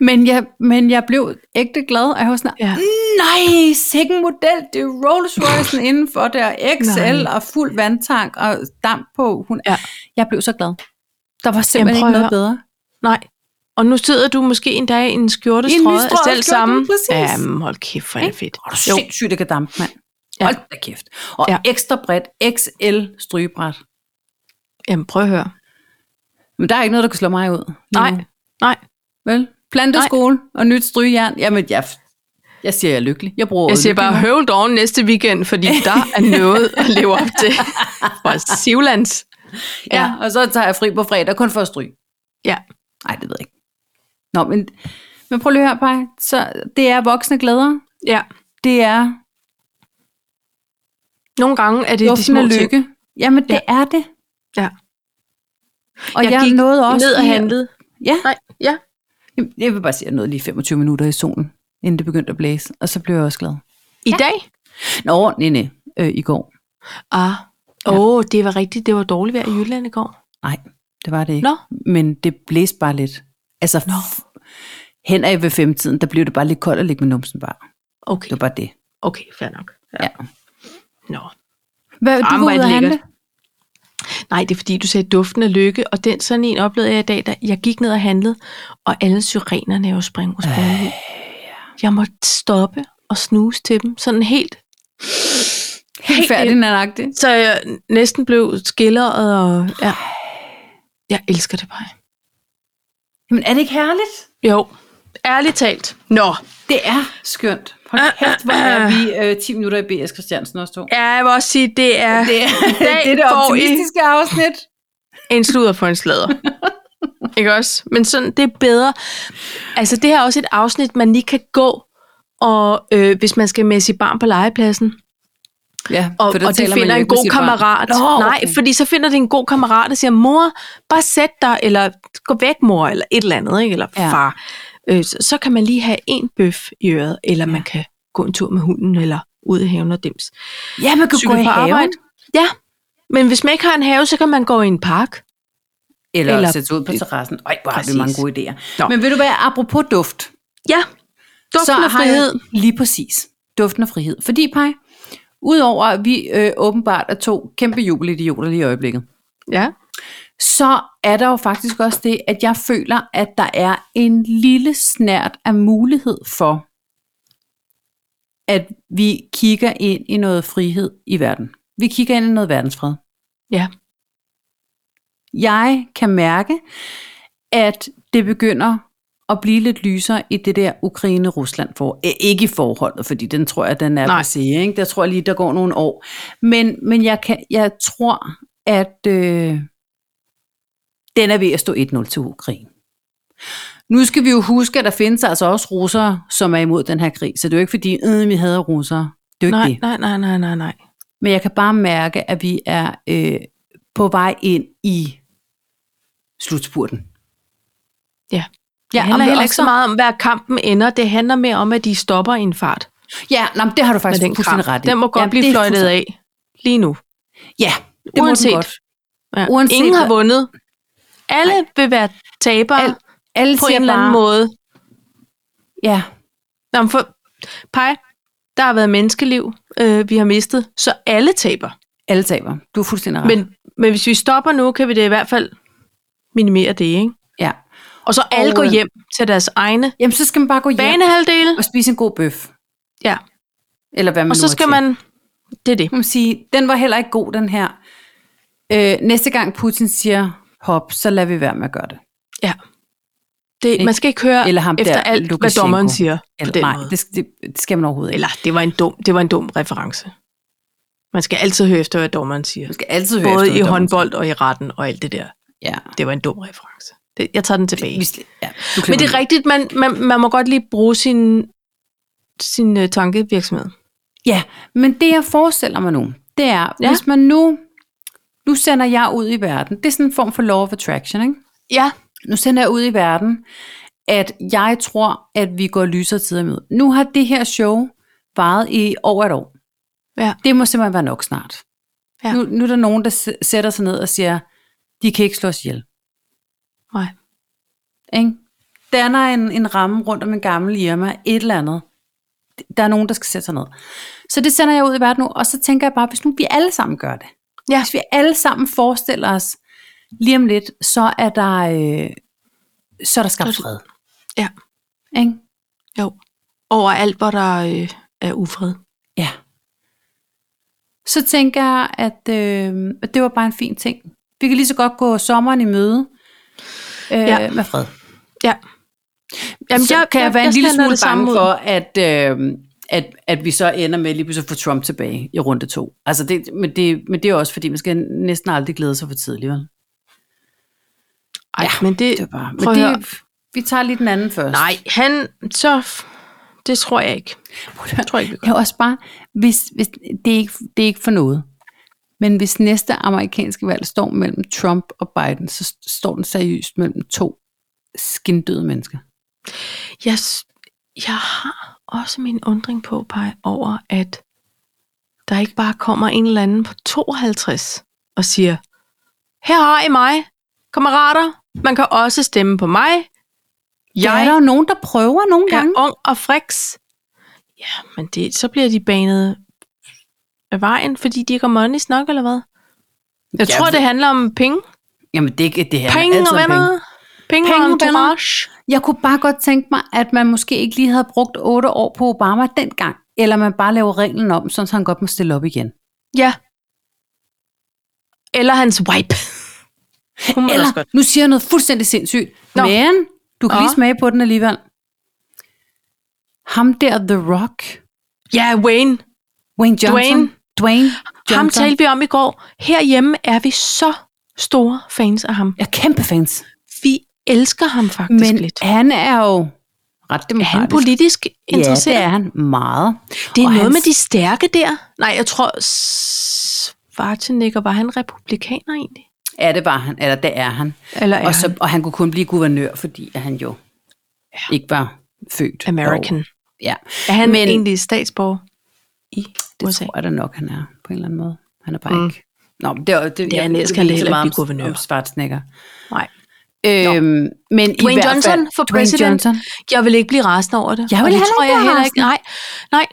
Men, jeg, men jeg blev ægte glad, og jeg var sådan, Ja. ja. nej, sikken model, det er Rolls Royce'en [laughs] indenfor der, XL Nej. og fuld vandtank og damp på. Hun, Ja. ja. Jeg blev så glad. Der var Jamen, simpelthen prøv Jamen, ikke at noget bedre. Nej. Og nu sidder du måske en dag i en skjorte I en strøget af nystrøget selv skjorte, samme. præcis. Jamen, hold kæft, hvor er det fedt. Og du er sindssygt, det kan dampe, mand. Ja. Ja. Hold da kæft. Og Ja. ja. ekstra bredt, XL strygebræt. Jamen, prøv at høre. Men der er ikke noget, der kan slå mig ud. lige Nej, nu. nej. Vel? Planteskole og nyt strygejern. Jamen, jeg, jeg siger, jeg er lykkelig. Jeg bruger Jeg ordet siger lykkelig bare nu. høvl doven næste weekend, [laughs] fordi der er noget at leve op til. Fra Sivlands. Ja, og så tager jeg fri på fredag, kun for at stryge. Ja. Nej, det ved jeg ikke. Nå, men, men prøv lige at høre, Paj. Så det er voksne glæder. ja. Det er Nogle gange er det de små duftende ting. lykke. Jamen, det er det. Ja. Og Jeg jeg, jeg gik nåede også Ned og lige- handlede. Ja, Nej, ja. Jamen, jeg vil bare sige, at jeg nåede lige 25 minutter i solen, inden det begyndte at blæse. Og så blev jeg også glad. I dag? Nå, nej, nej. Øh, I går. Ah. Åh, Ja. oh, det var rigtigt. Det var dårligt vejr i Jylland i går. Nej, det var det ikke. Nå. Men det blæste bare lidt. Altså, Nå. hen ad ved femtiden, der blev det bare lidt koldt at ligge med numsen bare. Okay, Det var bare det. okay, fair nok. Ja. Nå. Hvad, Jamen, du hvor var er ude det at handle? lækkert. Nej, det er fordi, du sagde duften af lykke, og den sådan en oplevede jeg i dag, da jeg gik ned og handlede, og alle syrenerne er jo spring og spring. Jeg måtte stoppe og snuse til dem, sådan helt, Helt færdig, nanagtig. så jeg næsten blev skilleret, og ja. Jeg elsker det bare. Jamen, er det ikke herligt? Jo, ærligt talt. Nå, Det er skønt. Hold kæft, hvor er vi øh, 10 minutter i B.S. Christiansen også to. ja, jeg vil også sige, det er Det er dag [laughs] det, er det får I- optimistiske afsnit. en sludder for en [laughs] slader. ikke også? Men sådan, det er bedre. Altså, det her er også et afsnit, man lige kan gå, og øh, hvis man skal med sit barn på legepladsen, Ja, og, og det finder en god kammerat. Nå, okay. Nej, fordi så finder det en god kammerat og siger, mor, bare sæt dig, eller gå væk, mor, eller et eller andet, ikke? eller Ja. ja. far. Øh, så, så kan man lige have en bøf i øret, eller ja. man kan gå en tur med hunden, eller ud i haven og dims. Ja, man kan Cykle gå i haven. Ja, men hvis man ikke har en have, så kan man gå i en park. Eller, eller Eller- sætte sig ud på terrassen. Øj, hvor har vi Præcis. mange gode idéer. Nå. Men vil du være apropos duft? Ja, duften af frihed. Har jeg, lige præcis. Duften af frihed. Fordi, Paj, udover at vi øh, åbenbart er to kæmpe jubelidioter lige i øjeblikket, Ja. så er der jo faktisk også det, at jeg føler, at der er en lille snært af mulighed for, at vi kigger ind i noget frihed i verden. Vi kigger ind i noget verdensfred. Ja. Jeg kan mærke, at det begynder at blive lidt lysere i det der Ukraine-Rusland for. eh, Ikke i forholdet, fordi den tror jeg, den er Nej. på sige. Ikke? Der tror jeg lige, der går nogle år. Men, men jeg, kan, jeg tror, at øh, den er ved at stå 1-0 til Ukraine. Nu skal vi jo huske, at der findes altså også russere, som er imod den her krig. Så det er jo ikke fordi, øh, vi hader russere. Det er jo ikke Nej, det. nej, nej, nej, nej, nej. Men jeg kan bare mærke, at vi er øh, på vej ind i slutspurten. Ja. Det Ja, ja, handler om- heller og ikke så så- meget om, hvad kampen ender. Det handler mere om, at de stopper i en fart Ja, nå, men det har du med faktisk den fuldstændig ret kamp. i. Den må godt ja, ja, blive det er fløjtet fuldstændig- af lige nu. Ja, det Uanset. Uanset. må den godt. Ja. Uanset Ingen har hvad- vundet. Alle Nej. vil være tabere Al- Al, Alle på siger en eller anden bare, måde. Ja, Nå, men for, pej, der har været menneskeliv, øh, vi har mistet, så alle taber. alle taber. Du er fuldstændig ret. Men, men hvis vi stopper nu, kan vi det i hvert fald minimere det, ikke? ja. Og så alle Og, går øh, hjem til deres egne Jamen, så skal man bare gå hjem banehalvdele. og spise en god bøf. Ja, Eller hvad man og nu så er skal til. man... Det er det. Man må sige, den var heller ikke god, den her. Øh, næste gang Putin siger hop, så lader vi være med at gøre det. Ja. Det, man skal ikke høre Eller ham efter der, alt, hvad Lukashenko. dommeren siger. Eller, på Eller, den nej, måde. det, skal- det, det skal man overhovedet ikke. Eller det var, en dum, det var en dum reference. Man skal altid høre efter, hvad dommeren siger. Man skal altid høre Både efter, i hvad dommeren håndbold og i retten og alt det der. siger. Ja. Det var en dum reference. Det, jeg tager den tilbage. Vi sl- ja du Men klipper det er den. rigtigt, man, man, man må godt lige bruge sin, sin uh, tankevirksomhed. Ja, men det jeg forestiller mig nu, det er, ja. Ja. hvis man nu, nu sender jeg ud i verden, det er sådan en form for law of attraction, ikke? Ja, Nu sender jeg ud i verden, at jeg tror, at vi går lysere tider med. Nu har det her show varet i over et år. Ja. Det må simpelthen være nok snart. Ja. Nu, nu er der nogen, der s- sætter sig ned og siger, de kan ikke slå os ihjel. nej. Ikke? Danner en, en ramme rundt om en gammel Irma, et eller andet. Der er nogen, der skal sætte sig ned. Så det sender jeg ud i verden nu, og så tænker jeg bare, hvis nu vi alle sammen gør det. Ja. Hvis vi alle sammen forestiller os, lige om lidt, så er der, øh, så er der skabt Så- fred. Ja. Ikke? Jo. Over alt, hvor der øh, er ufred. Ja. Så tænker jeg, at, øh, at det var bare en fin ting. Vi kan lige så godt gå sommeren i møde øh, Ja. ja. med fred. Ja. Jamen, så jeg, kan jeg, være en lille sender smule det samme bange ud. for, at, øh, at, at vi så ender med lige pludselig at få Trump tilbage i runde to. Altså det, men, det, men det er også, fordi man skal næsten aldrig glæde sig for tidligt. Vel? Ej, ja, men det, Det er bare, prøv men at det, høre. vi tager lige den anden først. Nej, han... Så... Det tror jeg ikke. Det tror jeg ikke, vi gør. Det er også bare, hvis, hvis, det, er ikke, det er ikke for noget. Men hvis næste amerikanske valg står mellem Trump og Biden, så st- står den seriøst mellem to skindøde mennesker. Jeg, s- jeg har også min undring på, Paj, over, at der ikke bare kommer en eller anden på 52 og siger, her har I mig, kammerater. Man kan også stemme på mig. Jeg er der Jeg jo nogen, der prøver nogle er gange. ung og friks. Ja, men det, så bliver de banet af vejen, fordi de ikke har money nok, eller hvad? Jeg Ja, tror, for- det handler om penge. Jamen det, det her Penge og venner. Penge, og Penge og entourage. Jeg kunne bare godt tænke mig, at man måske ikke lige havde brugt otte år på Obama dengang, eller man bare laver reglen om, sådan så han godt må stille op igen. Ja. Eller hans wipe. Hun må også Eller, godt. nu siger jeg noget fuldstændig sindssygt, Nå. Nå. men du kan Nå. lige smage på den alligevel. Ham der, The Rock, Ja, Wayne. Wayne Johnson, Dwayne. Dwayne Johnson. Ham talte vi om i går. Herhjemme er vi så store fans af ham. Jeg er kæmpe fans. Vi elsker ham faktisk Men lidt. han er jo ret Er demokratisk. han politisk interesseret? Ja, det er han meget. det er Og noget hans- med de stærke der. Nej, jeg tror, Schwarzenegger, var han republikaner egentlig? Ja, det var han. Eller det er han. Eller er Og, så, og han kunne kun blive guvernør, fordi at han jo ja. ikke var født. han American? Og, ja, Er han men, Men- egentlig statsborger? det USA. USA. tror jeg da nok, han er på en eller anden måde. Han er bare Mm. mm. ikke... Nå, men det, er- det, det er han ellers, kan han heller ikke blive guvernør. Om Schwarzenegger. Nej. Øhm, men i Dwayne hvert fald, Johnson for president. Johnson. Jeg vil ikke blive rasende over det. Jeg og vil det heller tror ikke jeg blive heller ikke. Nej, nej.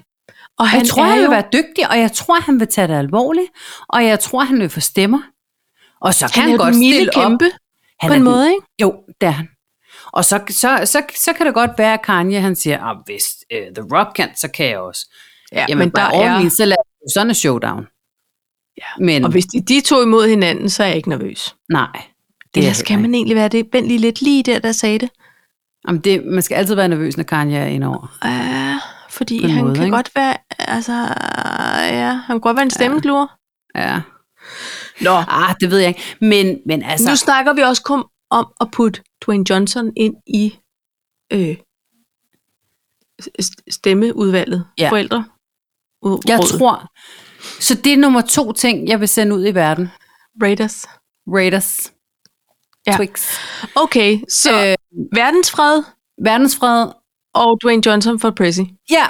Og Han jeg tror, er han vil jo- være dygtig, og jeg tror, han vil tage det alvorligt, og jeg tror, han vil få stemmer. Og så han kan han, er jo godt den milde stille kæmpe op. Han på er en den- måde, ikke? Jo, det er han. Og så, så, så, så kan det godt være, at Kanye han siger, at hvis uh, The Rock kan, så kan jeg også. Ja, Jamen, men der er... Means, så lad os sådan en showdown. Ja, Men Og hvis de, de to er imod hinanden, så er jeg ikke nervøs. nej. Det er jeg Ellers kan heller man egentlig være det. Vent lige lidt lige der, der sagde det. ikke. Jamen, det, man skal altid være nervøs, når Kanye er indover. Uh, fordi På en han måde, kan ikke? godt være, altså, ja, han kan godt være en stemmeglur. Ja. Nå, Ah, det ved jeg ikke. Men, men altså, nu snakker vi også kun om at putte Dwayne Johnson ind i øh, s- stemmeudvalget. Ja. Forældre. jeg tror... Så det er nummer to ting, jeg vil sende ud i verden. Raiders. Raiders. Ja. Ja. Twix. Okay, så øh, Øh, verdensfred verdensfred. og Dwayne Johnson for Prezi. Ja,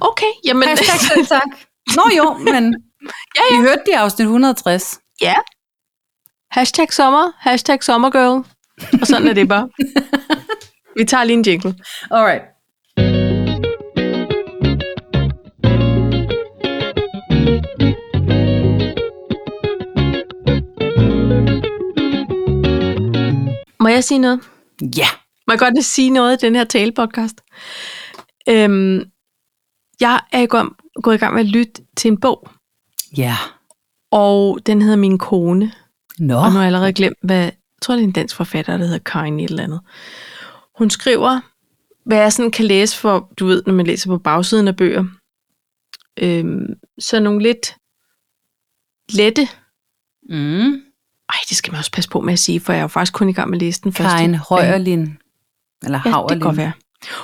Okay, jamen... hashtag selv tak. Nå jo, [laughs] men Ja, ja, ja. vi hørte det i afsnit 160. [laughs] Ja. Hashtag sommer, hashtag sommergirl. Og sådan er det bare. Vi tager lige en jingle. Alright. Må jeg sige noget? Ja. Må jeg godt lige sige noget i den her talepodcast? Øhm, jeg er i gang, gået i gang med at lytte til en bog, Ja. og den hedder Min Kone. Nå. Og nu har jeg allerede glemt, hvad... Jeg tror, det er en dansk forfatter, der hedder Karin et eller andet. Hun skriver, hvad jeg sådan kan læse for, du ved, når man læser på bagsiden af bøger. Øhm, så nogle lidt lette Mm. Ej, det skal man også passe på med at sige, for jeg er jo faktisk kun i gang med at læse den første. Karin Højerlin. Eller ja, det Havlin. kan godt være.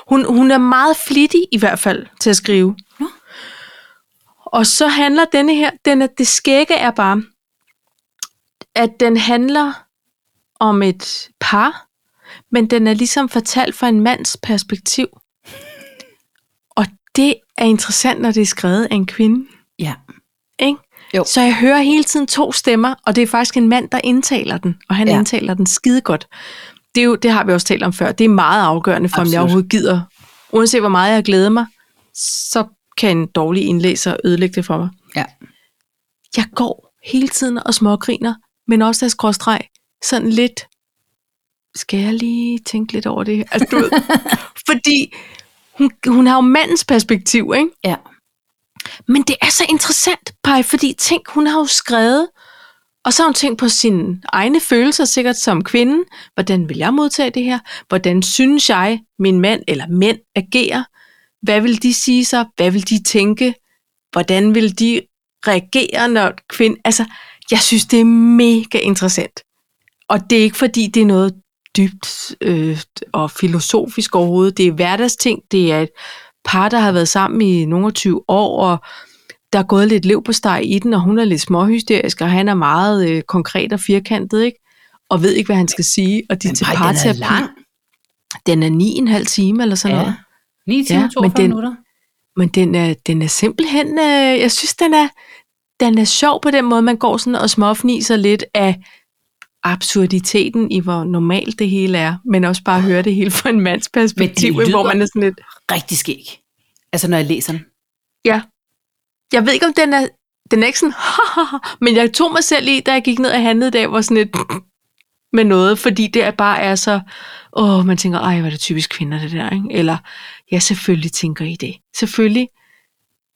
Hun, hun er meget flittig i hvert fald til at skrive. Nå. Og så handler denne her, den er, det skægge er bare, at den handler om et par, men den er ligesom fortalt fra en mands perspektiv. Og det er interessant, når det er skrevet af en kvinde. Ja. Ikke? Jo. Så jeg hører hele tiden to stemmer, og det er faktisk en mand, der indtaler den, og han ja. Ja. indtaler den skide godt. Det, er jo, det har vi også talt om før. Det er meget afgørende for, Absolut. om jeg Absolut. overhovedet gider. Uanset hvor meget jeg glæder mig, så kan en dårlig indlæser ødelægge det for mig. Ja. Jeg går hele tiden og smågriner, men også af skråstreg, sådan lidt, skal jeg lige tænke lidt over det? her? Altså, du ved, fordi hun, hun har jo mandens perspektiv, ikke? Ja. Men det er så interessant, Paj, fordi tænk, hun har jo skrevet Og så har hun tænkt på sine egne følelser sikkert som kvinde. Hvordan vil jeg modtage det her? Hvordan synes jeg, min mand eller mænd agerer? Hvad vil de sige sig? Hvad vil de tænke? Hvordan vil de reagere, når kvinde... Altså, jeg synes, det er mega interessant. Og det er ikke, fordi det er noget dybt øh, og filosofisk overhovedet. Det er hverdagsting. Det er et par, der har været sammen i nogle og 20 år, og der er gået lidt liv på steg i den, og hun er lidt småhysterisk, og han er meget øh, konkret og firkantet, ikke? Og ved ikke, hvad han skal sige. Og de er til Ej, den parterapi. er lang. Den er 9,5 time eller sådan ja. noget. 9 timer Ja, ja, men 42 den- minutter. Men den er, den er simpelthen, øh, jeg synes, den er, den er sjov på den måde, man går sådan og småfniser lidt af absurditeten i, hvor normalt det hele er, men også bare høre det hele fra en mands perspektiv, lyder- hvor man er sådan lidt, Rigtig skæg. Altså, når jeg læser den. jeg ved ikke, om den er, den er ikke sådan, men jeg tog mig selv i, da jeg gik ned og handlede i dag, var sådan lidt med noget, fordi det er bare er så, åh, man tænker, ej, hvor er det typisk kvinder, det der, ikke? Eller, ja, selvfølgelig tænker I det. Selvfølgelig.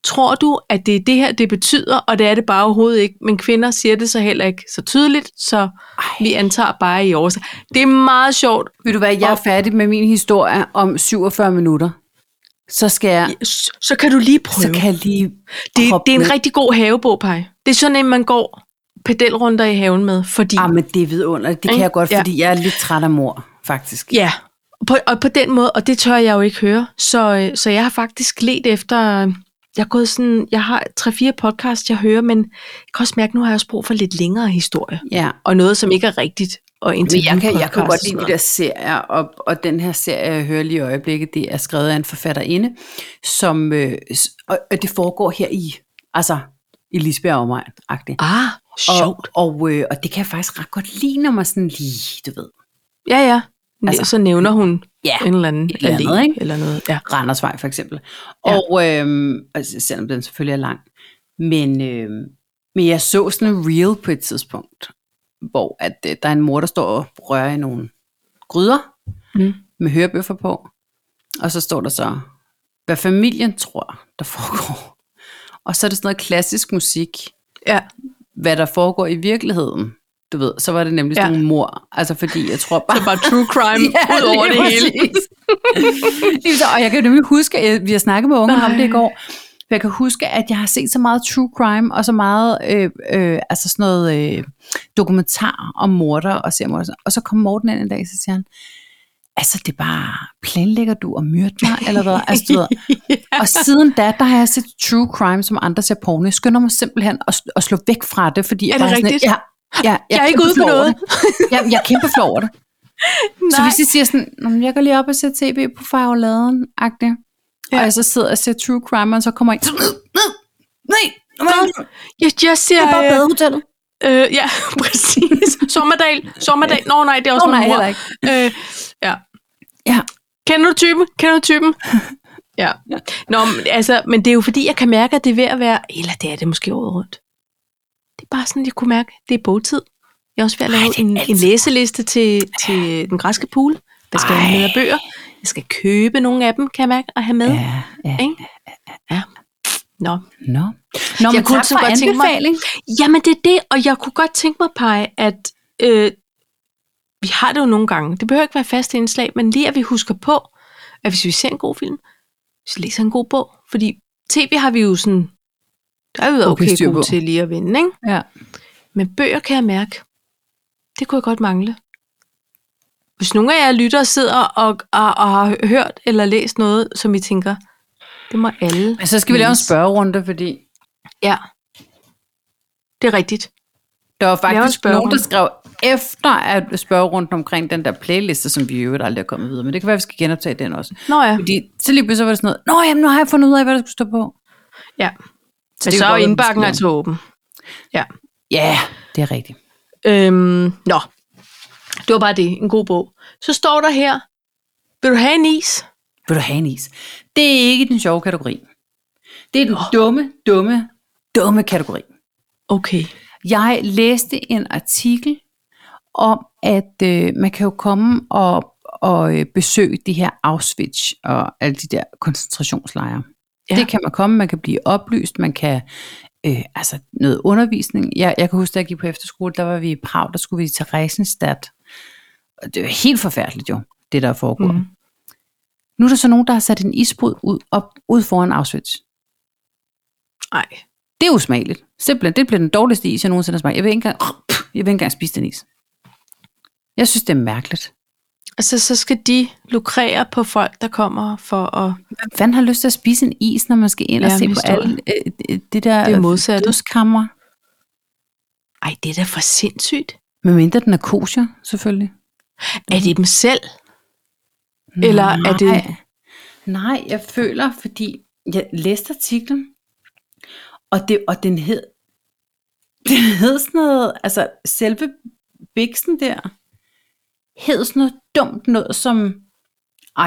Tror du, at det er det her, det betyder, og det er det bare overhovedet ikke, men kvinder siger det så heller ikke så tydeligt, så Ej. vi antager bare i årsag. Det er meget sjovt. Vil du være, jeg er færdig med min historie om 47 minutter. Så skal jeg, Så, så kan du lige prøve. så kan jeg lige det, hoppe det er en ned. rigtig god havebog, Paj. Det er sådan en, man går pedelrunder i haven med, fordi... Ah, men det er vidunderligt. Det kan Ikke? jeg godt, Ja. fordi jeg er lidt træt af mor, faktisk. Ja, på, og på den måde, og det tør jeg jo ikke høre, så, øh, så jeg har faktisk let efter, øh, jeg har gået sådan, jeg har tre-fire podcast, jeg hører, men jeg kan også mærke, nu har jeg også brug for lidt længere historie, ja. og noget, som ikke er rigtigt, og Men jeg kan, jeg interviewpodcast kan og godt sådan lide de noget. der serier, og, og den her serie, jeg hører lige i øjeblikket, det er skrevet af en forfatterinde, som, øh, s- og, og det foregår her i, altså i Lisbjerg omegn -agtigt. Ah, Og, sjovt. og, øh, og det kan jeg faktisk ret godt lide, når man sådan lige, du ved, Ja, ja. Altså, Altså- så nævner hun ja, en eller anden et eller andet, allé ikke? eller noget. Ja. Randersvej for eksempel. Ja. Og øhm, altså, selvom den selvfølgelig er lang. Men, øhm, men jeg så sådan en reel på et tidspunkt, hvor at, øh, der er en mor, der står og rører i nogle gryder Mm. mm. med hørebøffer på. Og så står der så, hvad familien tror, der foregår. Og så er det sådan noget klassisk musik [laughs] ja. hvad der foregår i virkeligheden, du ved, så var det nemlig sådan Ja. nogle mor. Altså fordi, jeg tror [laughs] bare... Så bare true [laughs] crime ud over lige det hele. [laughs] præcis. lige så, og jeg kan nemlig huske, at vi har snakket med unge om det i Nej. går, for jeg kan huske, at jeg har set så meget true crime, og så meget øh, øh, altså sådan noget øh, dokumentar om morder og seriemorder. Og så kom Morten ind en dag, så siger han, altså det er bare, planlægger du at myrde mig, eller hvad? Altså, du ved, og siden da, der har jeg set true crime, som andre ser porno. Jeg skynder mig simpelthen at, sl- at slå væk fra det, fordi Er jeg det bare sådan, rigtigt? ja, ja, jeg, Jeg er ikke kæmpe ude på flov over noget. Det. Jamen, jeg er kæmpe flov [laughs] over det. Så hvis jeg siger sådan, "Nå, men jeg går lige op og ser tv på farveladen, agtig. Ja. Ja. Og jeg så sidder og ser true crime, og så kommer jeg... Nej, jeg, jeg ser... det er bare øh, badehotellet. Øh, ja, [laughs] præcis. Sommerdal. Sommerdal. Nå nej, det er også Åh, noget nej, mor. heller ikke. Øh, ja. Ja. Kender du typen? Kender du [laughs] typen? ja. Nå, men, altså, men det er jo fordi, jeg kan mærke, at det er ved at være... Eller det er det måske året rundt. Det er bare sådan, jeg kunne mærke, det er bogtid. Jeg er også ved at Ej, lave det er en, en altid. læseliste til, til den græske pool. Der skal jeg have med af Ej. bøger. Jeg skal købe nogle af dem, kan jeg mærke, og have med. Ja, ja. Ikke? Ja. Nå. Nå. Nå, men kunne tak så for godt tænke mig- anbefaling. Jamen det er det, og jeg kunne godt tænke mig, Paj, at øh, vi har det jo nogle gange. Det behøver ikke være faste indslag, men lige at vi husker på, at hvis vi ser en god film, så læser en god bog. Fordi tv har vi jo sådan, der er vi været Okay, okay, okay styr på. gode til lige at vinde, ikke? Ja. Men bøger kan jeg mærke, det kunne jeg godt mangle. Hvis nogen af jer lytter og sidder og, og, og har hørt eller læst noget, som I tænker, det må alle. Men så skal vi lave en læse. spørgerunde, fordi Ja. Det er rigtigt. Der var Laver en faktisk nogen, spørgerunde. der skrev efter at spørgerunden omkring den der playliste, som vi i øvrigt aldrig er kommet videre med. Det kan være, vi skal genoptage den også. Nå ja. Fordi så lige pludselig var det sådan noget, Nå, jamen, nu har jeg fundet ud af, hvad der skulle stå på. Ja. Så, det så kan er godt være, indbakken vi skal altså åben. Ja. Ja, det er rigtigt. Øhm, nå. Det var bare det. En god bog. Så står der her. Vil du have en is? Vil du have en is? Det er ikke den sjove kategori. Det er den dumme, dumme, dumme kategori. Okay. Jeg læste en artikel om, at øh, man kan jo komme og, og øh, besøge de her Auschwitz og alle de der koncentrationslejre. Ja. Ja. Det kan man komme, man kan blive oplyst, man kan øh, altså noget undervisning. Jeg, jeg kan huske, da jeg gik på efterskole, der var vi i Prag, der skulle vi til Reisenstadt. Og det var helt forfærdeligt jo, det der er foregået. Mm. Nu er der så nogen, der har sat en isbrud ud, op, ud foran Auschwitz. Nej. Det er usmageligt. Simpelthen, det bliver den dårligste is, jeg nogensinde har smagt. Jeg vil ikke engang, jeg vil ikke engang spise den is. Jeg synes, det er mærkeligt. Altså, så skal de lukrere på folk, der kommer for at... Hvem fanden har lyst til at spise en is, når man skal ind og Ja, se men på historie. alt øh, øh, det der Det er modsatte. dødskammer? Ej, det er da for sindssygt. Med mindre den er kosher, selvfølgelig. Er det dem selv? Eller er det- Nej. Nej, jeg føler, fordi jeg læste artiklen, og, det, og den hed, [laughs] den hed sådan noget, altså selve biksen der, hed sådan noget dumt noget som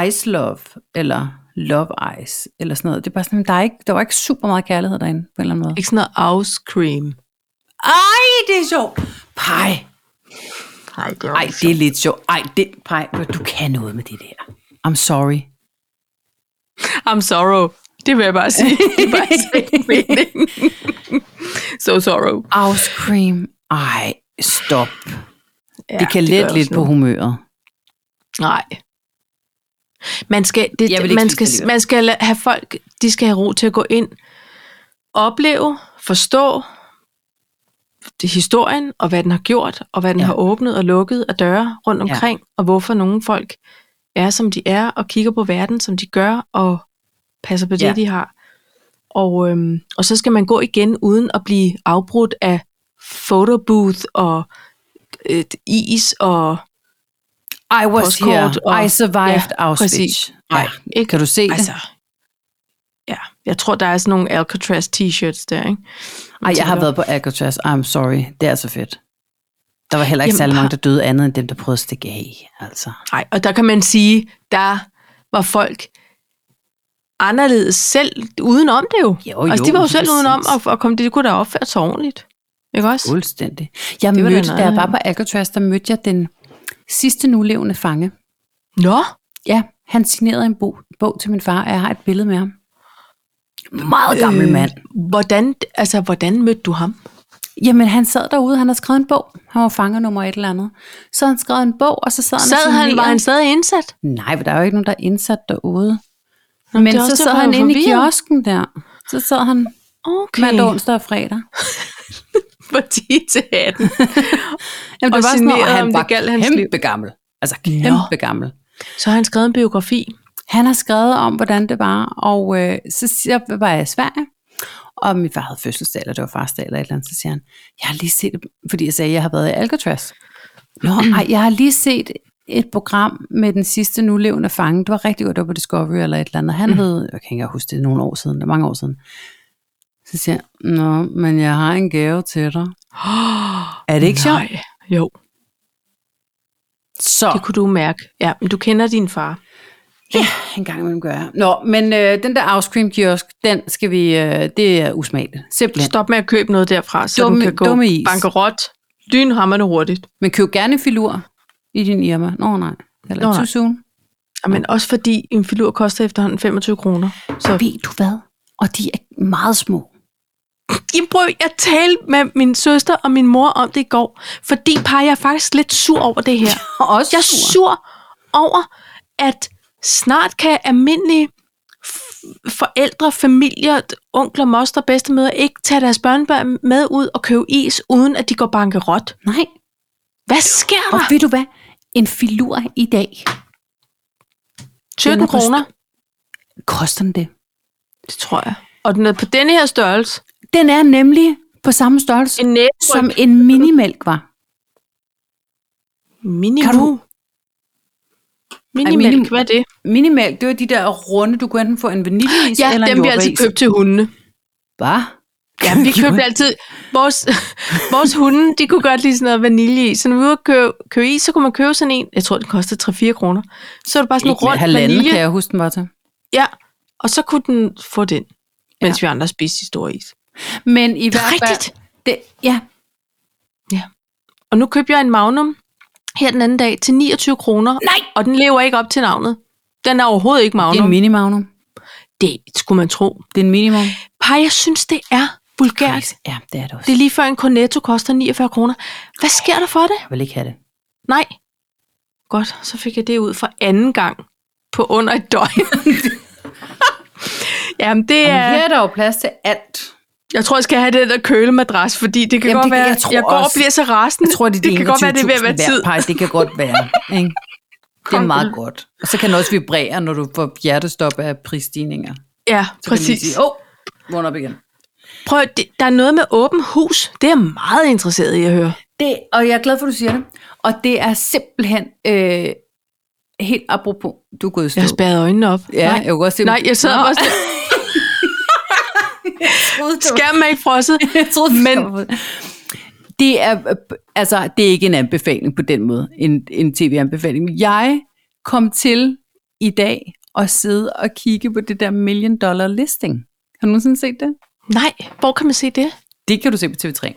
Ice Love, eller Love Ice, eller sådan noget. Det er bare sådan, der, er ikke, der var ikke super meget kærlighed derinde, på en eller anden måde. Ikke sådan noget ice cream. Ej, det er sjovt. Pej. Nej, det Ej, det er lidt sjovt. Ej, det, pej, du kan noget med det der. I'm sorry. I'm sorrow. Det vil jeg bare [laughs] sige. Det er bare sådan meningen. [laughs] so sorrow. Ice cream. Ej, stop. Ja, det kan lette lidt på humøret. Nej. Man skal, det, Jeg vil ikke man spise skal, det alligevel. man skal la- have folk, de skal have ro til at gå ind, opleve, forstå det- historien, og hvad den har gjort, og hvad den Ja. ja. har åbnet og lukket af døre rundt Ja. omkring, ja. og hvorfor nogle folk er, som de er, og kigger på verden, som de gør, og passer på det, Ja. ja. de har. Og, øhm, og så skal man gå igen, uden at blive afbrudt af photobooth og øh, is og I was Postkort here. og- I survived Ja, ja, Auschwitz. præcis. Ja, ikke? kan du se det? Altså, ja, jeg tror, der er sådan nogle Alcatraz t-shirts der, ikke? Ej, jeg har tænker- været på Alcatraz. I'm sorry. Det er så fedt. Der var heller ikke Jamen, særlig mange, par- der døde andet end dem, der prøvede at stikke af. Altså. Nej, og der kan man sige, der var folk anderledes selv udenom det jo. Jo, jo, altså, de var jo lige selv præcis. udenom, og, og kom, de kunne da opføre sig ordentligt. Ikke også? Fuldstændig. Jeg Det var da mødte, da noget, jeg var ja. på Alcatraz, der mødte jeg den sidste nulevende fange. Nå, Ja, han signerede en bog, bog til min far, og jeg har et billede med ham. Meget gammel øh. mand. hvordan, altså, hvordan mødte du ham? Jamen, han sad derude, han har skrevet en bog. Han var fanger nummer et eller andet. Så han skrev en bog, og så sad han og Sad han, var signerede- han stadig indsat? Nej, for der er jo ikke nogen, der er indsat derude. Nå, Men det er så også sad derfor, han jeg var inde i forvirret. kiosken der. Så sad han Okay. mandag, onsdag og fredag. For 10 til [laughs] 18. Og Jamen, sådan noget, signerede, og om han det var galt hans kæmpe gammel. Altså kæmpe gammel. Så har han skrevet en biografi. Han har skrevet om, hvordan det var, og øh, så siger, var jeg i Sverige, og min far havde fødselsdag, eller det var farsdag, eller et eller andet, så siger han, jeg har lige set, fordi jeg sagde, at jeg har været i Alcatraz. Nå, ej, jeg har lige set et program med den sidste nulevende fange, det var rigtig godt, det var på Discovery eller et eller andet, han hed, jeg kan ikke engang huske det, er nogle år siden, det er mange år siden. Så siger jeg, nå, men jeg har en gave til dig. Er det ikke sjovt? Nej. Jo, Så. det kunne du mærke. Ja, men du kender din far. Ja, en gang imellem gør jeg. Nå, men øh, den der ice cream kiosk, den skal vi, øh, det er usmageligt. Simpelthen. Stop med at købe noget derfra, så Dumme- du kan gå dumme is. bankerot lynhammerne hurtigt. Men køb gerne en filur i din Irma. Nå nej, eller Nå, too nej. soon. Men også fordi en filur koster efterhånden 25 kroner. Så Ved du hvad? Og de er meget små. Jamen prøv, jeg talte med min søster og min mor om det i går, fordi par, jeg er faktisk lidt sur over det [laughs] her. Og [laughs] også Jeg er sur over, at snart kan almindelige f- forældre, familier, onkler, moster, bedstemøder ikke tage deres børnebørn med ud og købe is, uden at de går bankerot. Nej, Hvad sker og der? ved du hvad? En filur i dag, 17 den er på kroner? koster den det? Det tror jeg. Og den er på denne her størrelse. Den er nemlig på samme størrelse, en En næse. som en minimælk var. Mini Kan du- Minimælk, minim- hvad er det? Minimælk, det var de der runde, du kunne enten få en vaniljeis Ja, eller en dem vi altid jordbæris. købte til hundene. Hvad? Ja, [laughs] vi købte altid... Vores, [laughs] vores hunde, de kunne godt lide sådan noget vanilje i. Så når vi var købe, købe is, så kunne man købe sådan en. Jeg tror, den kostede 3-4 kroner. Så var det bare sådan en Ikke med rund halvanden, kan vanilje. jeg huske den var til. Ja, og så kunne den få den, mens vi andre spiste de store is. Men i Det er hvert fald... rigtigt. Det, ja, Og nu købte jeg en Magnum her den anden dag til 29 kroner. Nej! Og den lever ikke op til navnet. Den er overhovedet ikke det er en Magnum. minimagnum. Det skulle man tro. Det er en minimum. Par, jeg synes, det er vulgært. Ja, det er det også. Det er lige før en cornetto koster 49 kroner. Hvad sker der for det? Jeg vil ikke have det. Nej. Godt, så fik jeg det ud for anden gang på under et [laughs] døgn. Jamen, det Jamen, her er... er der jo plads til alt. Jeg tror, jeg skal have det der kølemadras, fordi det kan Jamen, godt det- være, jeg tror jeg går og også- bliver så rasende. Jeg tror, det, er de det kan godt være, det er ved at være 21.000 hver tid. Pej, det kan godt [laughs] være. Ikke? Det er Kom. meget godt. Og så kan den også vibrere, når du får hjertestop af prisstigninger. Ja, Så kan man præcis. sige, åh, oh, vågn op igen. Prøv, det, der er noget med åben hus. Det er jeg meget interesseret i at høre. Det, og jeg er glad for, at du siger det. Og det er simpelthen øh, helt apropos, du er gået i stå. Jeg har spærret øjnene op. Ja, Nej. jeg kunne godt se Nej, jeg sad Nå, [laughs] bare sådan, skærmen er ikke [laughs] frosset. jeg troede, Men- men det er, øh, altså, det er ikke en anbefaling på den måde, en, en tv-anbefaling. Jeg kom til i dag at sidde og kigge på det der million dollar listing. Har du nogensinde set det? Nej, hvor kan man se det? Det kan du se på TV3.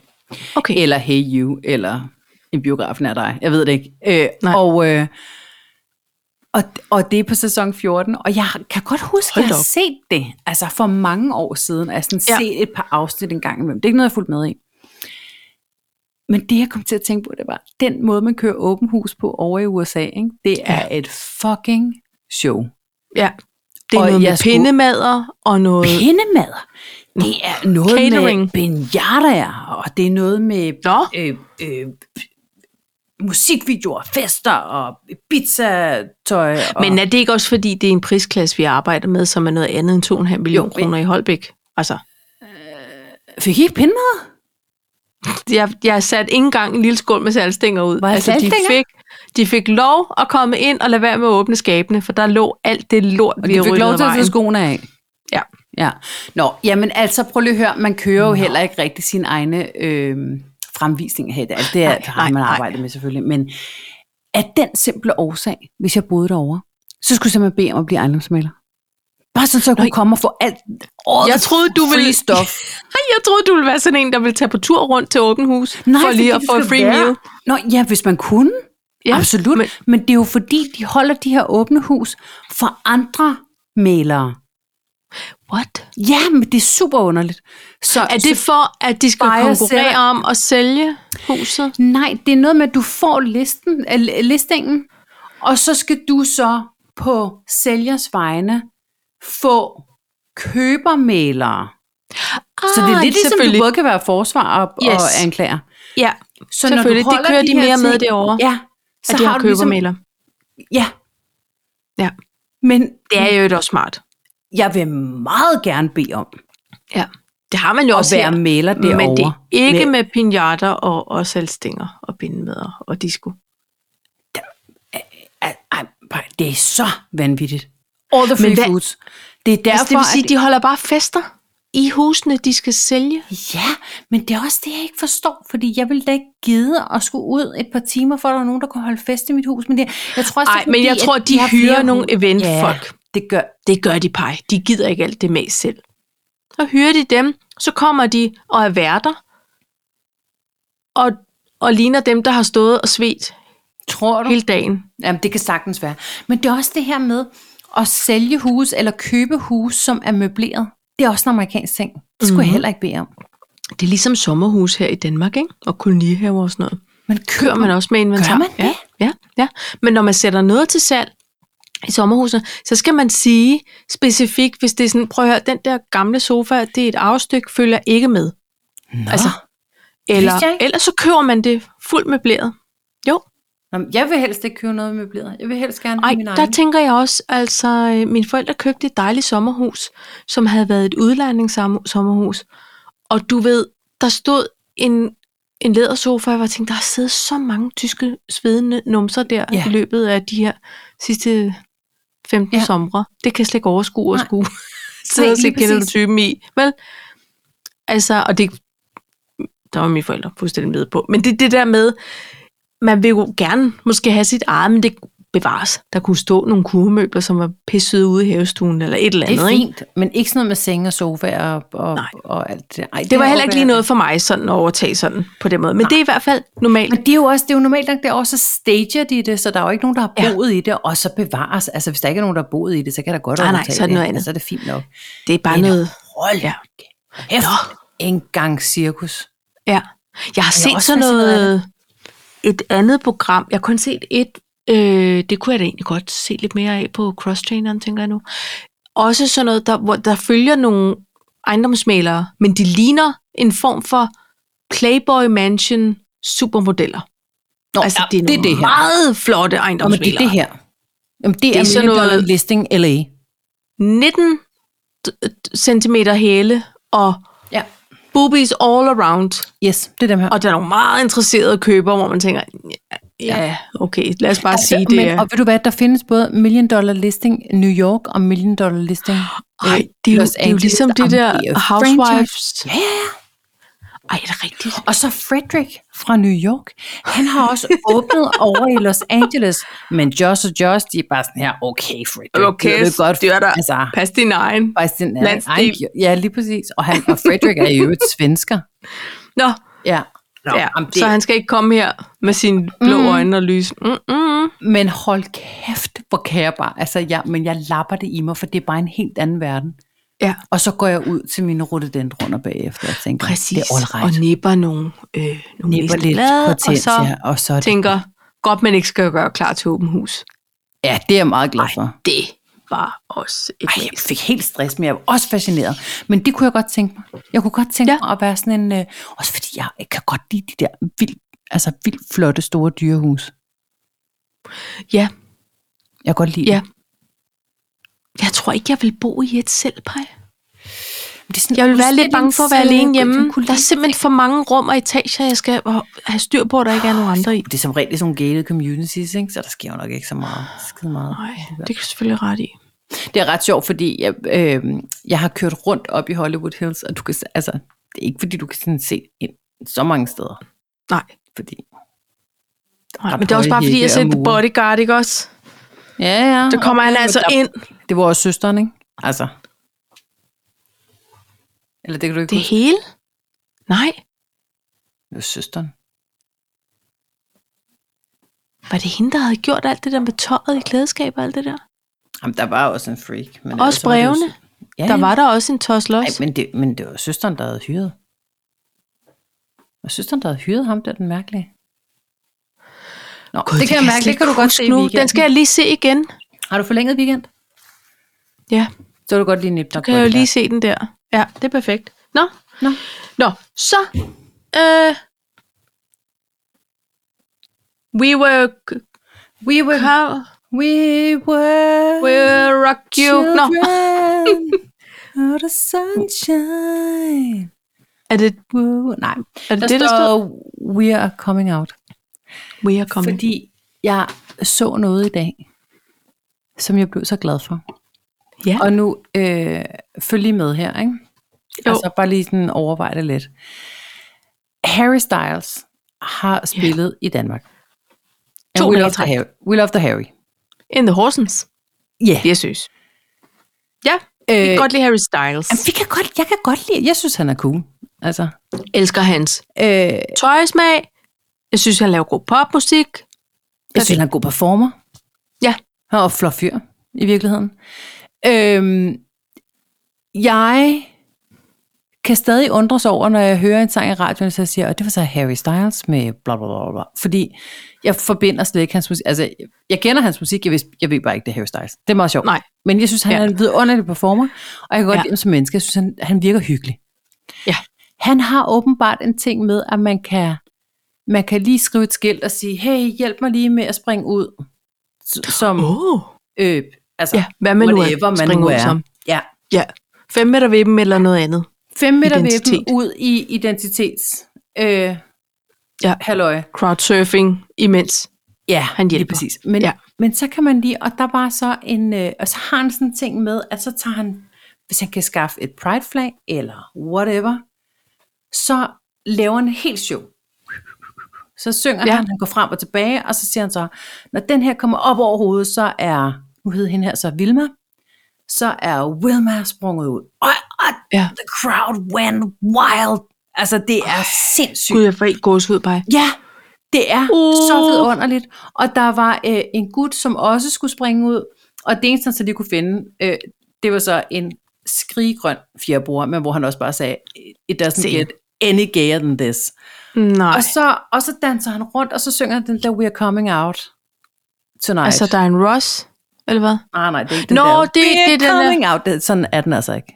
Okay. Eller Hey You, eller en biograf nær dig. Jeg ved det ikke. Øh, Nej. og, øh, og, og det er på sæson 14, og jeg kan godt huske, at Hold jeg da har op. set det, altså for mange år siden, og jeg sådan Ja. ja. set et par afsnit en gang imellem. Det er ikke noget, jeg har fulgt med i. Men det, jeg kom til at tænke på, det var, den måde, man kører åben hus på over i USA, ikke? det er et fucking show. Ja. Det er Og noget med jeg skulle- pindemader og noget... Pindemader. Det er noget Catering. med biljarder, og det er noget med Nå. øh, øh, musikvideoer, fester og pizzatøj. Og, Men er det ikke også, fordi det er en prisklasse, vi arbejder med, som er noget andet end 2,5 millioner men- kroner i Holbæk? Altså, fik I ikke pindemader? jeg, jeg satte ikke engang en lille skål med salgstænger ud. Var der altså, de, saltstænger? fik, de fik lov at komme ind og lade være med at åbne skabene, for der lå alt det lort, Og vi de har fik ryddet lov af til at tage vejen. skoene af. Ja. ja. Nå, jamen altså, prøv lige at høre, man kører jo heller ikke rigtig sine egne øh, fremvisninger her i dag. Det er, Nej, nej, har nej, man nej. arbejdet med selvfølgelig. Men af den simple årsag, hvis jeg boede derovre, så skulle jeg simpelthen bede om at blive ejendomsmaler. Bare sådan, så jeg kunne Nej. komme og få alt årets Jeg troede, du free ville- [laughs] stuff. [laughs] Jeg troede, du ville være sådan en, der ville tage på tur rundt til åben hus, for fordi lige at det få skal free være- meal. Nå, ja, hvis man kunne. Ja, Ja, Absolut. Men, men- men det er jo fordi, de holder de her åbne hus for andre malere. What? Ja, men det er super underligt. Så, Er det så, for, at de skal Bare jeg konkurrere selv- om at sælge huset? nej, det er noget med, at du får listen, øh, li- listingen, og så skal du så på sælgers vegne få købermalere. Så det er Ah, lidt ligesom, du selvfølgelig. både kan være forsvar og, yes. og Yes. anklager. Ja, Så Selvfølgelig, det holder kører de her mere med ting- derovre, Ja, så at de har ligesom- ligesom- købermæler. Ja. Ja. Men Det er jo et også smart. jeg vil meget gerne bede om Ja, det har man jo at også være her. maler derovre. Men det er ikke Men- med pinjatter og, og salgstænger og bindemæder og disco. Ej, ej, bare- det er så vanvittigt. All the Men free hvad- foods. Det er derfor, Altså, det vil sige, at, at de holder bare fester i husene, de skal sælge. Ja, men det er også det, jeg ikke forstår, fordi jeg ville da ikke gide at skulle ud et par timer, for at der var nogen, der kunne holde fest i mit hus. Men det, jeg tror også, det Nej, er men fordi, jeg tror, at de har hyrer flere nogle hus. eventfolk. Ja, det gør Det gør de pej. De gider ikke alt det med selv. Så hyrer de dem, så kommer de og er værter, og, og ligner dem, der har stået og svedt Tror du? hele dagen. Jamen, det kan sagtens være. Men det er også det her med at sælge hus eller købe hus, som er møbleret. Det er også en amerikansk ting. Det skulle Mhm. mm-hmm. jeg heller ikke bede om. Det er ligesom sommerhus her i Danmark, ikke? Og kolonihaver og sådan noget. Men kører man også med inventar. Gør man det? Ja, ja, ja. Men når man sætter noget til salg i sommerhuset, så skal man sige specifikt, hvis det er sådan, prøv at høre, den der gamle sofa, det er et afstykke, følger ikke med. Nå. altså, Altså, vidste jeg Eller, ikke. eller så køber man det fuldt møbleret. Jo, Nå, men jeg vil helst ikke købe noget møbleret. Jeg vil helst gerne ej, have min der egen. tænker jeg også, altså, øh, mine forældre købte et dejligt sommerhus, som havde været et udlejningssommerhus. Og du ved, der stod en, en lædersofa, og jeg var tænkt, der har siddet så mange tyske svedende numser der ja. Ja. i løbet af de her sidste 15 ja. Ja. somre. Det kan jeg slet ikke overskue at Nej. skue. Sidde og lige se, kender du præcis. typen i. Vel? Altså, og det, der var mine forældre fuldstændig med på. Men det er det der med, man vil jo gerne måske have sit eget, men det bevares. Der kunne stå nogle kurvemøbler, som var pisset ude i havestuen, eller et eller Det andet. er Ikke? fint, men ikke sådan noget med senge og sofaer og, og, Nej. og alt det der. Ej, Det var heller er ikke lige noget for mig sådan at overtage sådan på den måde. Men det er i hvert fald normalt. Men det er jo også, det er jo normalt nok derovre, så stager de det, så der er jo ikke nogen, der har Ja. boet i det, og så bevares. Altså, hvis der ikke er nogen, der har boet i det, Altså, så kan der godt Nej, nej, overtage så er det noget andet. Altså, så er det fint nok. Det er bare Men noget... Hold Ja. ja. Hæft, engang cirkus. Ja. Jeg har har set også sådan fascineret af noget, et andet program. Jeg har kun set et, øh, det kunne jeg da egentlig godt se lidt mere af på crosstraineren, tænker jeg nu. Også sådan noget, der, hvor der følger nogle ejendomsmalere, men de ligner en form for Playboy Mansion supermodeller. Nå, altså, ja, det er det er nogle det her. meget flotte Og men ejendomsmalere. det er det her. Jamen, det, det er, er sådan sådan noget... noget- listing LA. 19 cm hæle og Ja. boobies all around. Yes, det er dem her. Og der er nogle meget interesserede købere, hvor man tænker, ja, ja okay, lad os bare altså, sige det. men, er- Og ved du hvad, der findes både million dollar listing New York og million dollar listing. øh, Ej, det er, jo, det er jo ligesom det der Housewives. Ja, ja, ja. Ej, er det rigtigt? Og så Frederick fra New York, han har [laughs] også åbnet over i Los Angeles. Men Josh og Josh, de er bare sådan her, okay Frederick, Okay, det er godt. styr dig. Altså, Pas din egen. bare sådan, ja, Landsdel. ej, ja, lige præcis. Og, han, og Frederick er jo et svensker. Nå, Ja. ja, jamen, så han skal ikke komme her med sine blå Mm. øjne og lys. mm. Mm-mm. Men hold kæft, hvor kan jeg bare. Altså, jeg, men jeg lapper det i mig, for det er bare en helt anden verden. Ja, Og så går jeg ud til mine rhododendroner bagefter og tænker, præcis. det er all Og right. nipper nogle, øh, nogle Nipper lidt blade, og hortensia, så og så er det- tænker, godt man ikke skal gøre klar til åben hus. Ja, det er jeg meget glad for. Det var også et Ej, jeg mest. fik helt stress, men jeg var også fascineret. Men det kunne jeg godt tænke mig. Jeg kunne godt tænke ja. Ja. mig at være sådan en... Øh, også fordi jeg, jeg kan godt lide de der vildt, altså vildt flotte store dyrehus. Ja, Jeg kan godt lide Ja. det. jeg tror ikke, jeg vil bo i et selv, Paj. Men det er sådan, Jeg vil være lidt udstilling- bange for at være alene hjemme. kunne Der er lide- simpelthen for mange rum og etager, jeg skal have styr på, at der ikke er nogen andre i. Det er som regel sådan nogle gated communities, ikke? så der sker jo nok ikke så meget. Skide meget. Nej, det kan du selvfølgelig ret i. Det er ret sjovt, fordi jeg, øh, jeg har kørt rundt op i Hollywood Hills, og du kan, se- altså, det er ikke fordi, du kan sådan se ind så mange steder. Nej, Fordi, nej Ret men det er også høje bare fordi, jeg har hække set og The mure. Bodyguard, ikke også? ja, ja. Der kommer han altså ind. Det var også søsteren, ikke? Altså. Eller det kan du Det ikke det... huske? hele? Nej, Det var søsteren. var det hende, der havde gjort alt det der med tøjet i klædeskab og alt det der? Jamen, der var også en freak. Men Også ellers var det jo brevene? sø- Ja, Der ja. var der også en toslos. Nej, men det, men det var søsteren, der havde hyret. Det var søsteren, der havde hyret ham, der den mærkelige. Nå, God, det kan jeg mærke, slet det kan du ikke godt huske se i nu. Den weekenden. skal jeg lige se igen. Har du forlænget weekend? Ja, Så vil du godt lige nippe nok kan på jeg jo det lige se den der. Ja, det er perfekt. Nå, Nå. Nå, så... Øh, we were... We were, How, we were, we were rock you. Nå, [laughs] children of the sunshine. er det Woo. Nej, er der det, det, det står, der står? we are coming out. We are coming. Fordi... Fordi jeg så noget i dag, som jeg blev så glad for. Ja. Og nu øh, følg lige med her, ikke? Jo. Altså bare lige sådan overvej det lidt. Harry Styles har spillet i Danmark. And To we dage love i the træk. Harry. We love the Harry. In the Horsens. Ja. Jeg synes. Ja, jeg Øh, kan godt lide Harry Styles. Jamen, vi kan godt, jeg kan godt lide, jeg synes han er cool. Altså, elsker hans øh, jeg tøjsmag. Jeg synes, han laver god popmusik. synes han er en god performer. Ja, Han var flot fyr, i virkeligheden. Øhm, jeg kan stadig undres over, når jeg hører en sang i radioen, så jeg siger, og det var så Harry Styles med bla bla bla bla. Fordi jeg forbinder slet ikke hans musik. Altså, jeg kender hans musik, jeg ved, jeg ved bare ikke, det er Harry Styles. Det er meget sjovt. Nej. Men jeg synes, han Ja. er en vidunderlig performer, og jeg kan godt Ja. ja. lide ham som menneske. Jeg synes, han, han virker hyggelig. Ja. Han har åbenbart en ting med, at man kan, man kan lige skrive et skilt og sige, hey, hjælp mig lige med at springe ud. S- Som, Oh. øh, altså, Ja, hvad man nu er. whatever man Spring nu ud er. som. Ja. Ja, fem meter ved dem eller noget andet. Fem meter ved Identitet. dem ud i identitets... Øh, Ja. Halløj. Crowdsurfing imens. Ja, Han lige hjælper. præcis. Men, Ja. men så kan man lige, og der var så en, øh, og så har han sådan en ting med, at så tager han, hvis han kan skaffe et pride flag, eller whatever, så laver han en helt show. Så synger Ja. ja. han, han går frem og tilbage, og så siger han så, når den her kommer op over hovedet, så er, nu hed hende her så Vilma, så er Wilma sprunget ud. Og, og Ja. the crowd went wild. Altså, det er sindssygt. Gud, jeg får helt gåshud bare. Ja, det er uh. Uh. så vidunderligt. Og der var øh, en gut, som også skulle springe ud, og det eneste, han så de kunne finde, øh, det var så en skriggrøn fjerbror, men hvor han også bare sagde, it doesn't Se. get any gayer than this. Nej. Og så, og så danser han rundt, og så synger han den der We are coming out tonight. Altså, der er en Ross, eller hvad? ah, nej, det er ikke den Nå, der. det- We are det er den der- coming out. Det, sådan er den altså ikke.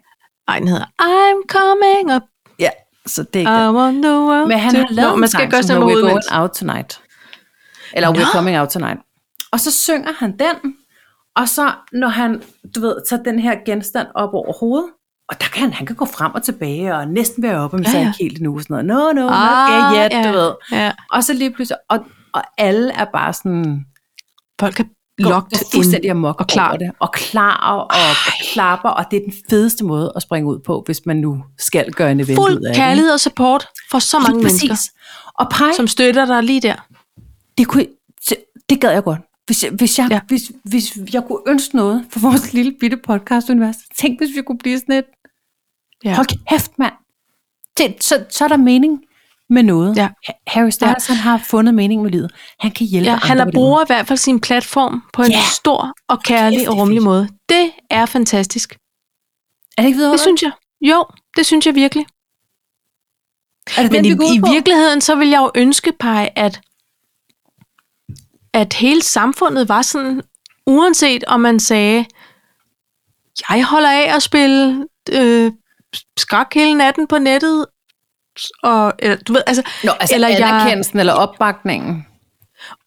Ej, den hedder I'm coming up, Ja, så det er ikke I den. want the world. Men han to- har lavet Nå, en man skal sang, gøre som sådan hedder noget We're med going out tonight. Eller We're coming out tonight. Og så synger han den, og så når han, du ved, tager den her genstand op over hovedet, og der kan han, han kan gå frem og tilbage, og næsten være oppe, men Ja, så er ja. ikke helt endnu, sådan noget, no, no, ah, okay, yeah, du ved. Ja. Og så lige pludselig, og, og alle er bare sådan, Folk er Locked locked in. fuldstændig amok og klar. over det, og klar og klapper, og det er den fedeste måde at springe ud på, hvis man nu skal gøre en event ud af Fuld det. kærlighed og support for så mange Lige mennesker, præcis. Og pej, som støtter dig lige der. det, kunne, det- det gad jeg godt. Hvis jeg, hvis, jeg, Ja. ja. hvis, hvis jeg kunne ønske noget for vores lille bitte podcast-univers, tænk hvis vi kunne blive sådan et, Ja. ja. hold kæft mand, det, så, så er der mening med noget. Ja. Ha- Harry Styles, ja. han har fundet mening med livet. Han kan hjælpe Ja, andre. han på har den måde. bruger i hvert fald sin platform på en Ja. stor og kærlig Kæft, og det er rummelig fedt. måde. Det er fantastisk. Er det ikke videre? Det synes jeg. Jo, det synes jeg virkelig. er det Men den, i, vi går ud i på? virkeligheden, så vil jeg jo ønske, Paj, at, at hele samfundet var sådan, uanset om man sagde, jeg holder af at spille øh, skak hele natten på nettet, og, eller, du ved, altså, Nå, altså Eller eller jeg- anerkendelsen jeg... eller opbakningen.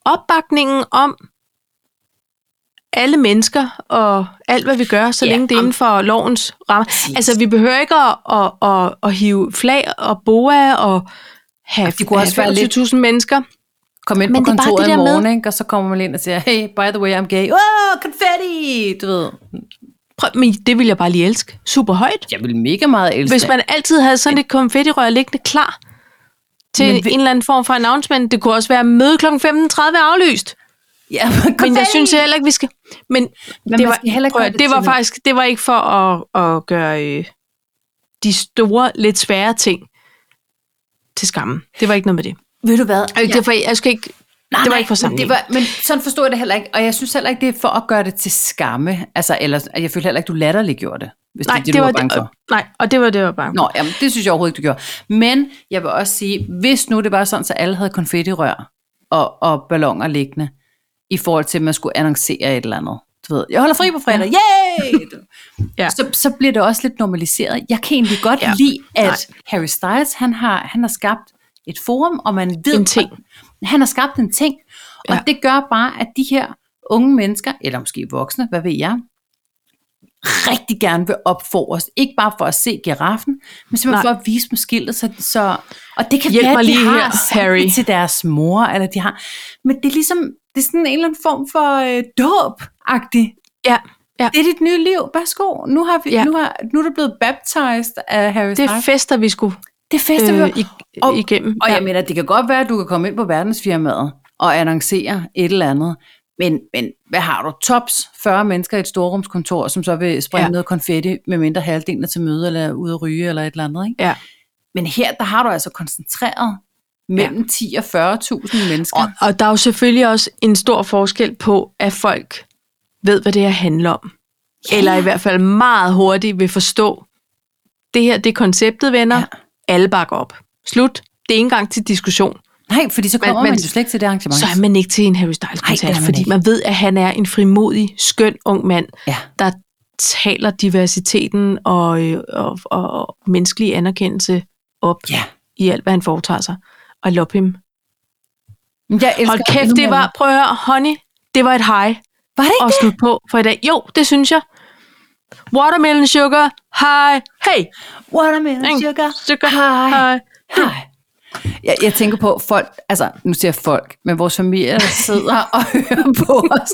opbakningen om alle mennesker og alt, hvad vi gør, så Ja, længe det er om- inden for lovens rammer. Altså, vi behøver ikke at, at, at, at hive flag og boa og have, Det kunne også være lidt- 25.000 mennesker. Kom ind Men det på er bare kontoret det i der med- morgen, ikke? og så kommer man ind og siger, hey, by the way, I'm gay. Åh, konfetti! Du ved, Prøv, men det vil jeg bare lige elske. Super højt. jeg vil mega meget elske Hvis man altid havde sådan et konfettirør liggende klar til Men vi- en eller anden form for announcement. Det kunne også være møde kl. 15.30 er aflyst. Ja, men, konfetti! Men jeg synes heller ikke, vi skal... Men, man det, var, skal heller ikke prøv, at- gøre det det var til- faktisk det var ikke for at, at gøre øh, de store, lidt svære ting til skammen. Det var ikke noget med det. Ved du hvad? Ja. Det, var, jeg skal ikke, Nej, det var nej, ikke for men, det sammenligning. var, men sådan forstod jeg det heller ikke, og jeg synes heller ikke, det er for at gøre det til skamme. Altså, eller, jeg følte heller ikke, du latterliggjorde det, hvis nej, det er det, du var bange for. nej, og det var det, jeg var bange for. Nå, jamen, det synes jeg overhovedet ikke, du gjorde. Men jeg vil også sige, hvis nu det var sådan, så alle havde konfettirør og, og ballonger liggende, i forhold til, at man skulle annoncere et eller andet. Du ved, jeg holder fri på fredag, [laughs] yay! Ja. ja. så, så bliver det også lidt normaliseret. Jeg kan egentlig godt Ja. ja. lide, at Nej. Nej. Harry Styles, han har, han har skabt et forum, og man ved... En ting. Han har skabt en ting, og Ja. det gør bare, at de her unge mennesker, eller måske voksne, hvad ved jeg, rigtig gerne vil op for os. Ikke bare for at se giraffen, men simpelthen Nej. Nej. for at vise dem skiltet. Så, så, og det kan Hjælp være, mig at de lige har her, sagt Harry. det til deres mor, eller de har... Men det er ligesom, det er sådan en eller anden form for øh, dåb-agtigt. Ja, ja. Det er dit nye liv. Værsgo. Nu, har vi, Ja. ja. nu, har, nu er du blevet baptized af Harry Det Styles. er fester, vi skulle det er fest, øh, øh, i, Og- igennem. og jeg mener, det kan godt være, at du kan komme ind på verdensfirmaet og annoncere et eller andet. Men, men hvad har du? Tops 40 mennesker i et storrumskontor, som så vil springe Ja. ja. noget konfetti, med mindre halvdelen er til møde eller er ude at ryge eller et eller andet. Ikke? Ja. Men her, der har du altså koncentreret mellem 10 og 40.000 mennesker. Og, og der er jo selvfølgelig også en stor forskel på, at folk ved, hvad det her handler om. Ja. Eller i hvert fald meget hurtigt vil forstå, det her det er konceptet, venner. Ja. Ja. Alle bakker op. Slut. Det er ikke engang til diskussion. Nej, fordi så Men- kommer men- man jo slet ikke til det arrangement. Så er man ikke til en Harry Nej, Styles-koncert, det er man fordi ikke. man ved, at han er en frimodig, skøn ung mand, Ja. der taler diversiteten og, øh, og, og, og menneskelig anerkendelse op Ja. i alt, hvad han foretager sig. I love him. Men Jeg elsker Hold kæft, endnu det mere. var, prøv at høre, honey, det var et hej. Var det ikke og slutte på for i dag. Jo, det synes jeg. Watermelon sugar, hej, hey, Watermelon Ikke? sugar. sugar, Hej. hej. Hej. Jeg, jeg tænker på folk, altså nu siger jeg folk, men vores familie [laughs] der sidder og hører på os.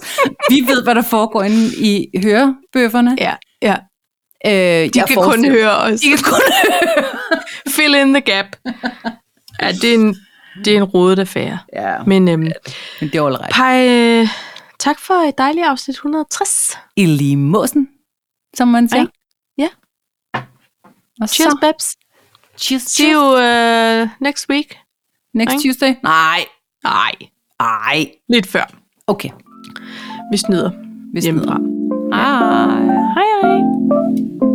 Vi ved, hvad der foregår inde i hørebøfferne. Ja, ja. Øh, De jeg kan kun høre os. De kan kun høre. Fill in the gap. Ja, det er en, det er en rodet affære. Ja, Men øhm, men det er all right. Paj, øh, tak for et dejligt afsnit 160. I lige måsen, som man siger. Ja. Og Cheers, så, babes. cheers, See you cheers. uh, next week. Next Ikke? Tuesday. Nej, Nej, nej. lidt før. Okay, Vi snyder vi hjemmefra. smider. Hej. Hej, hej.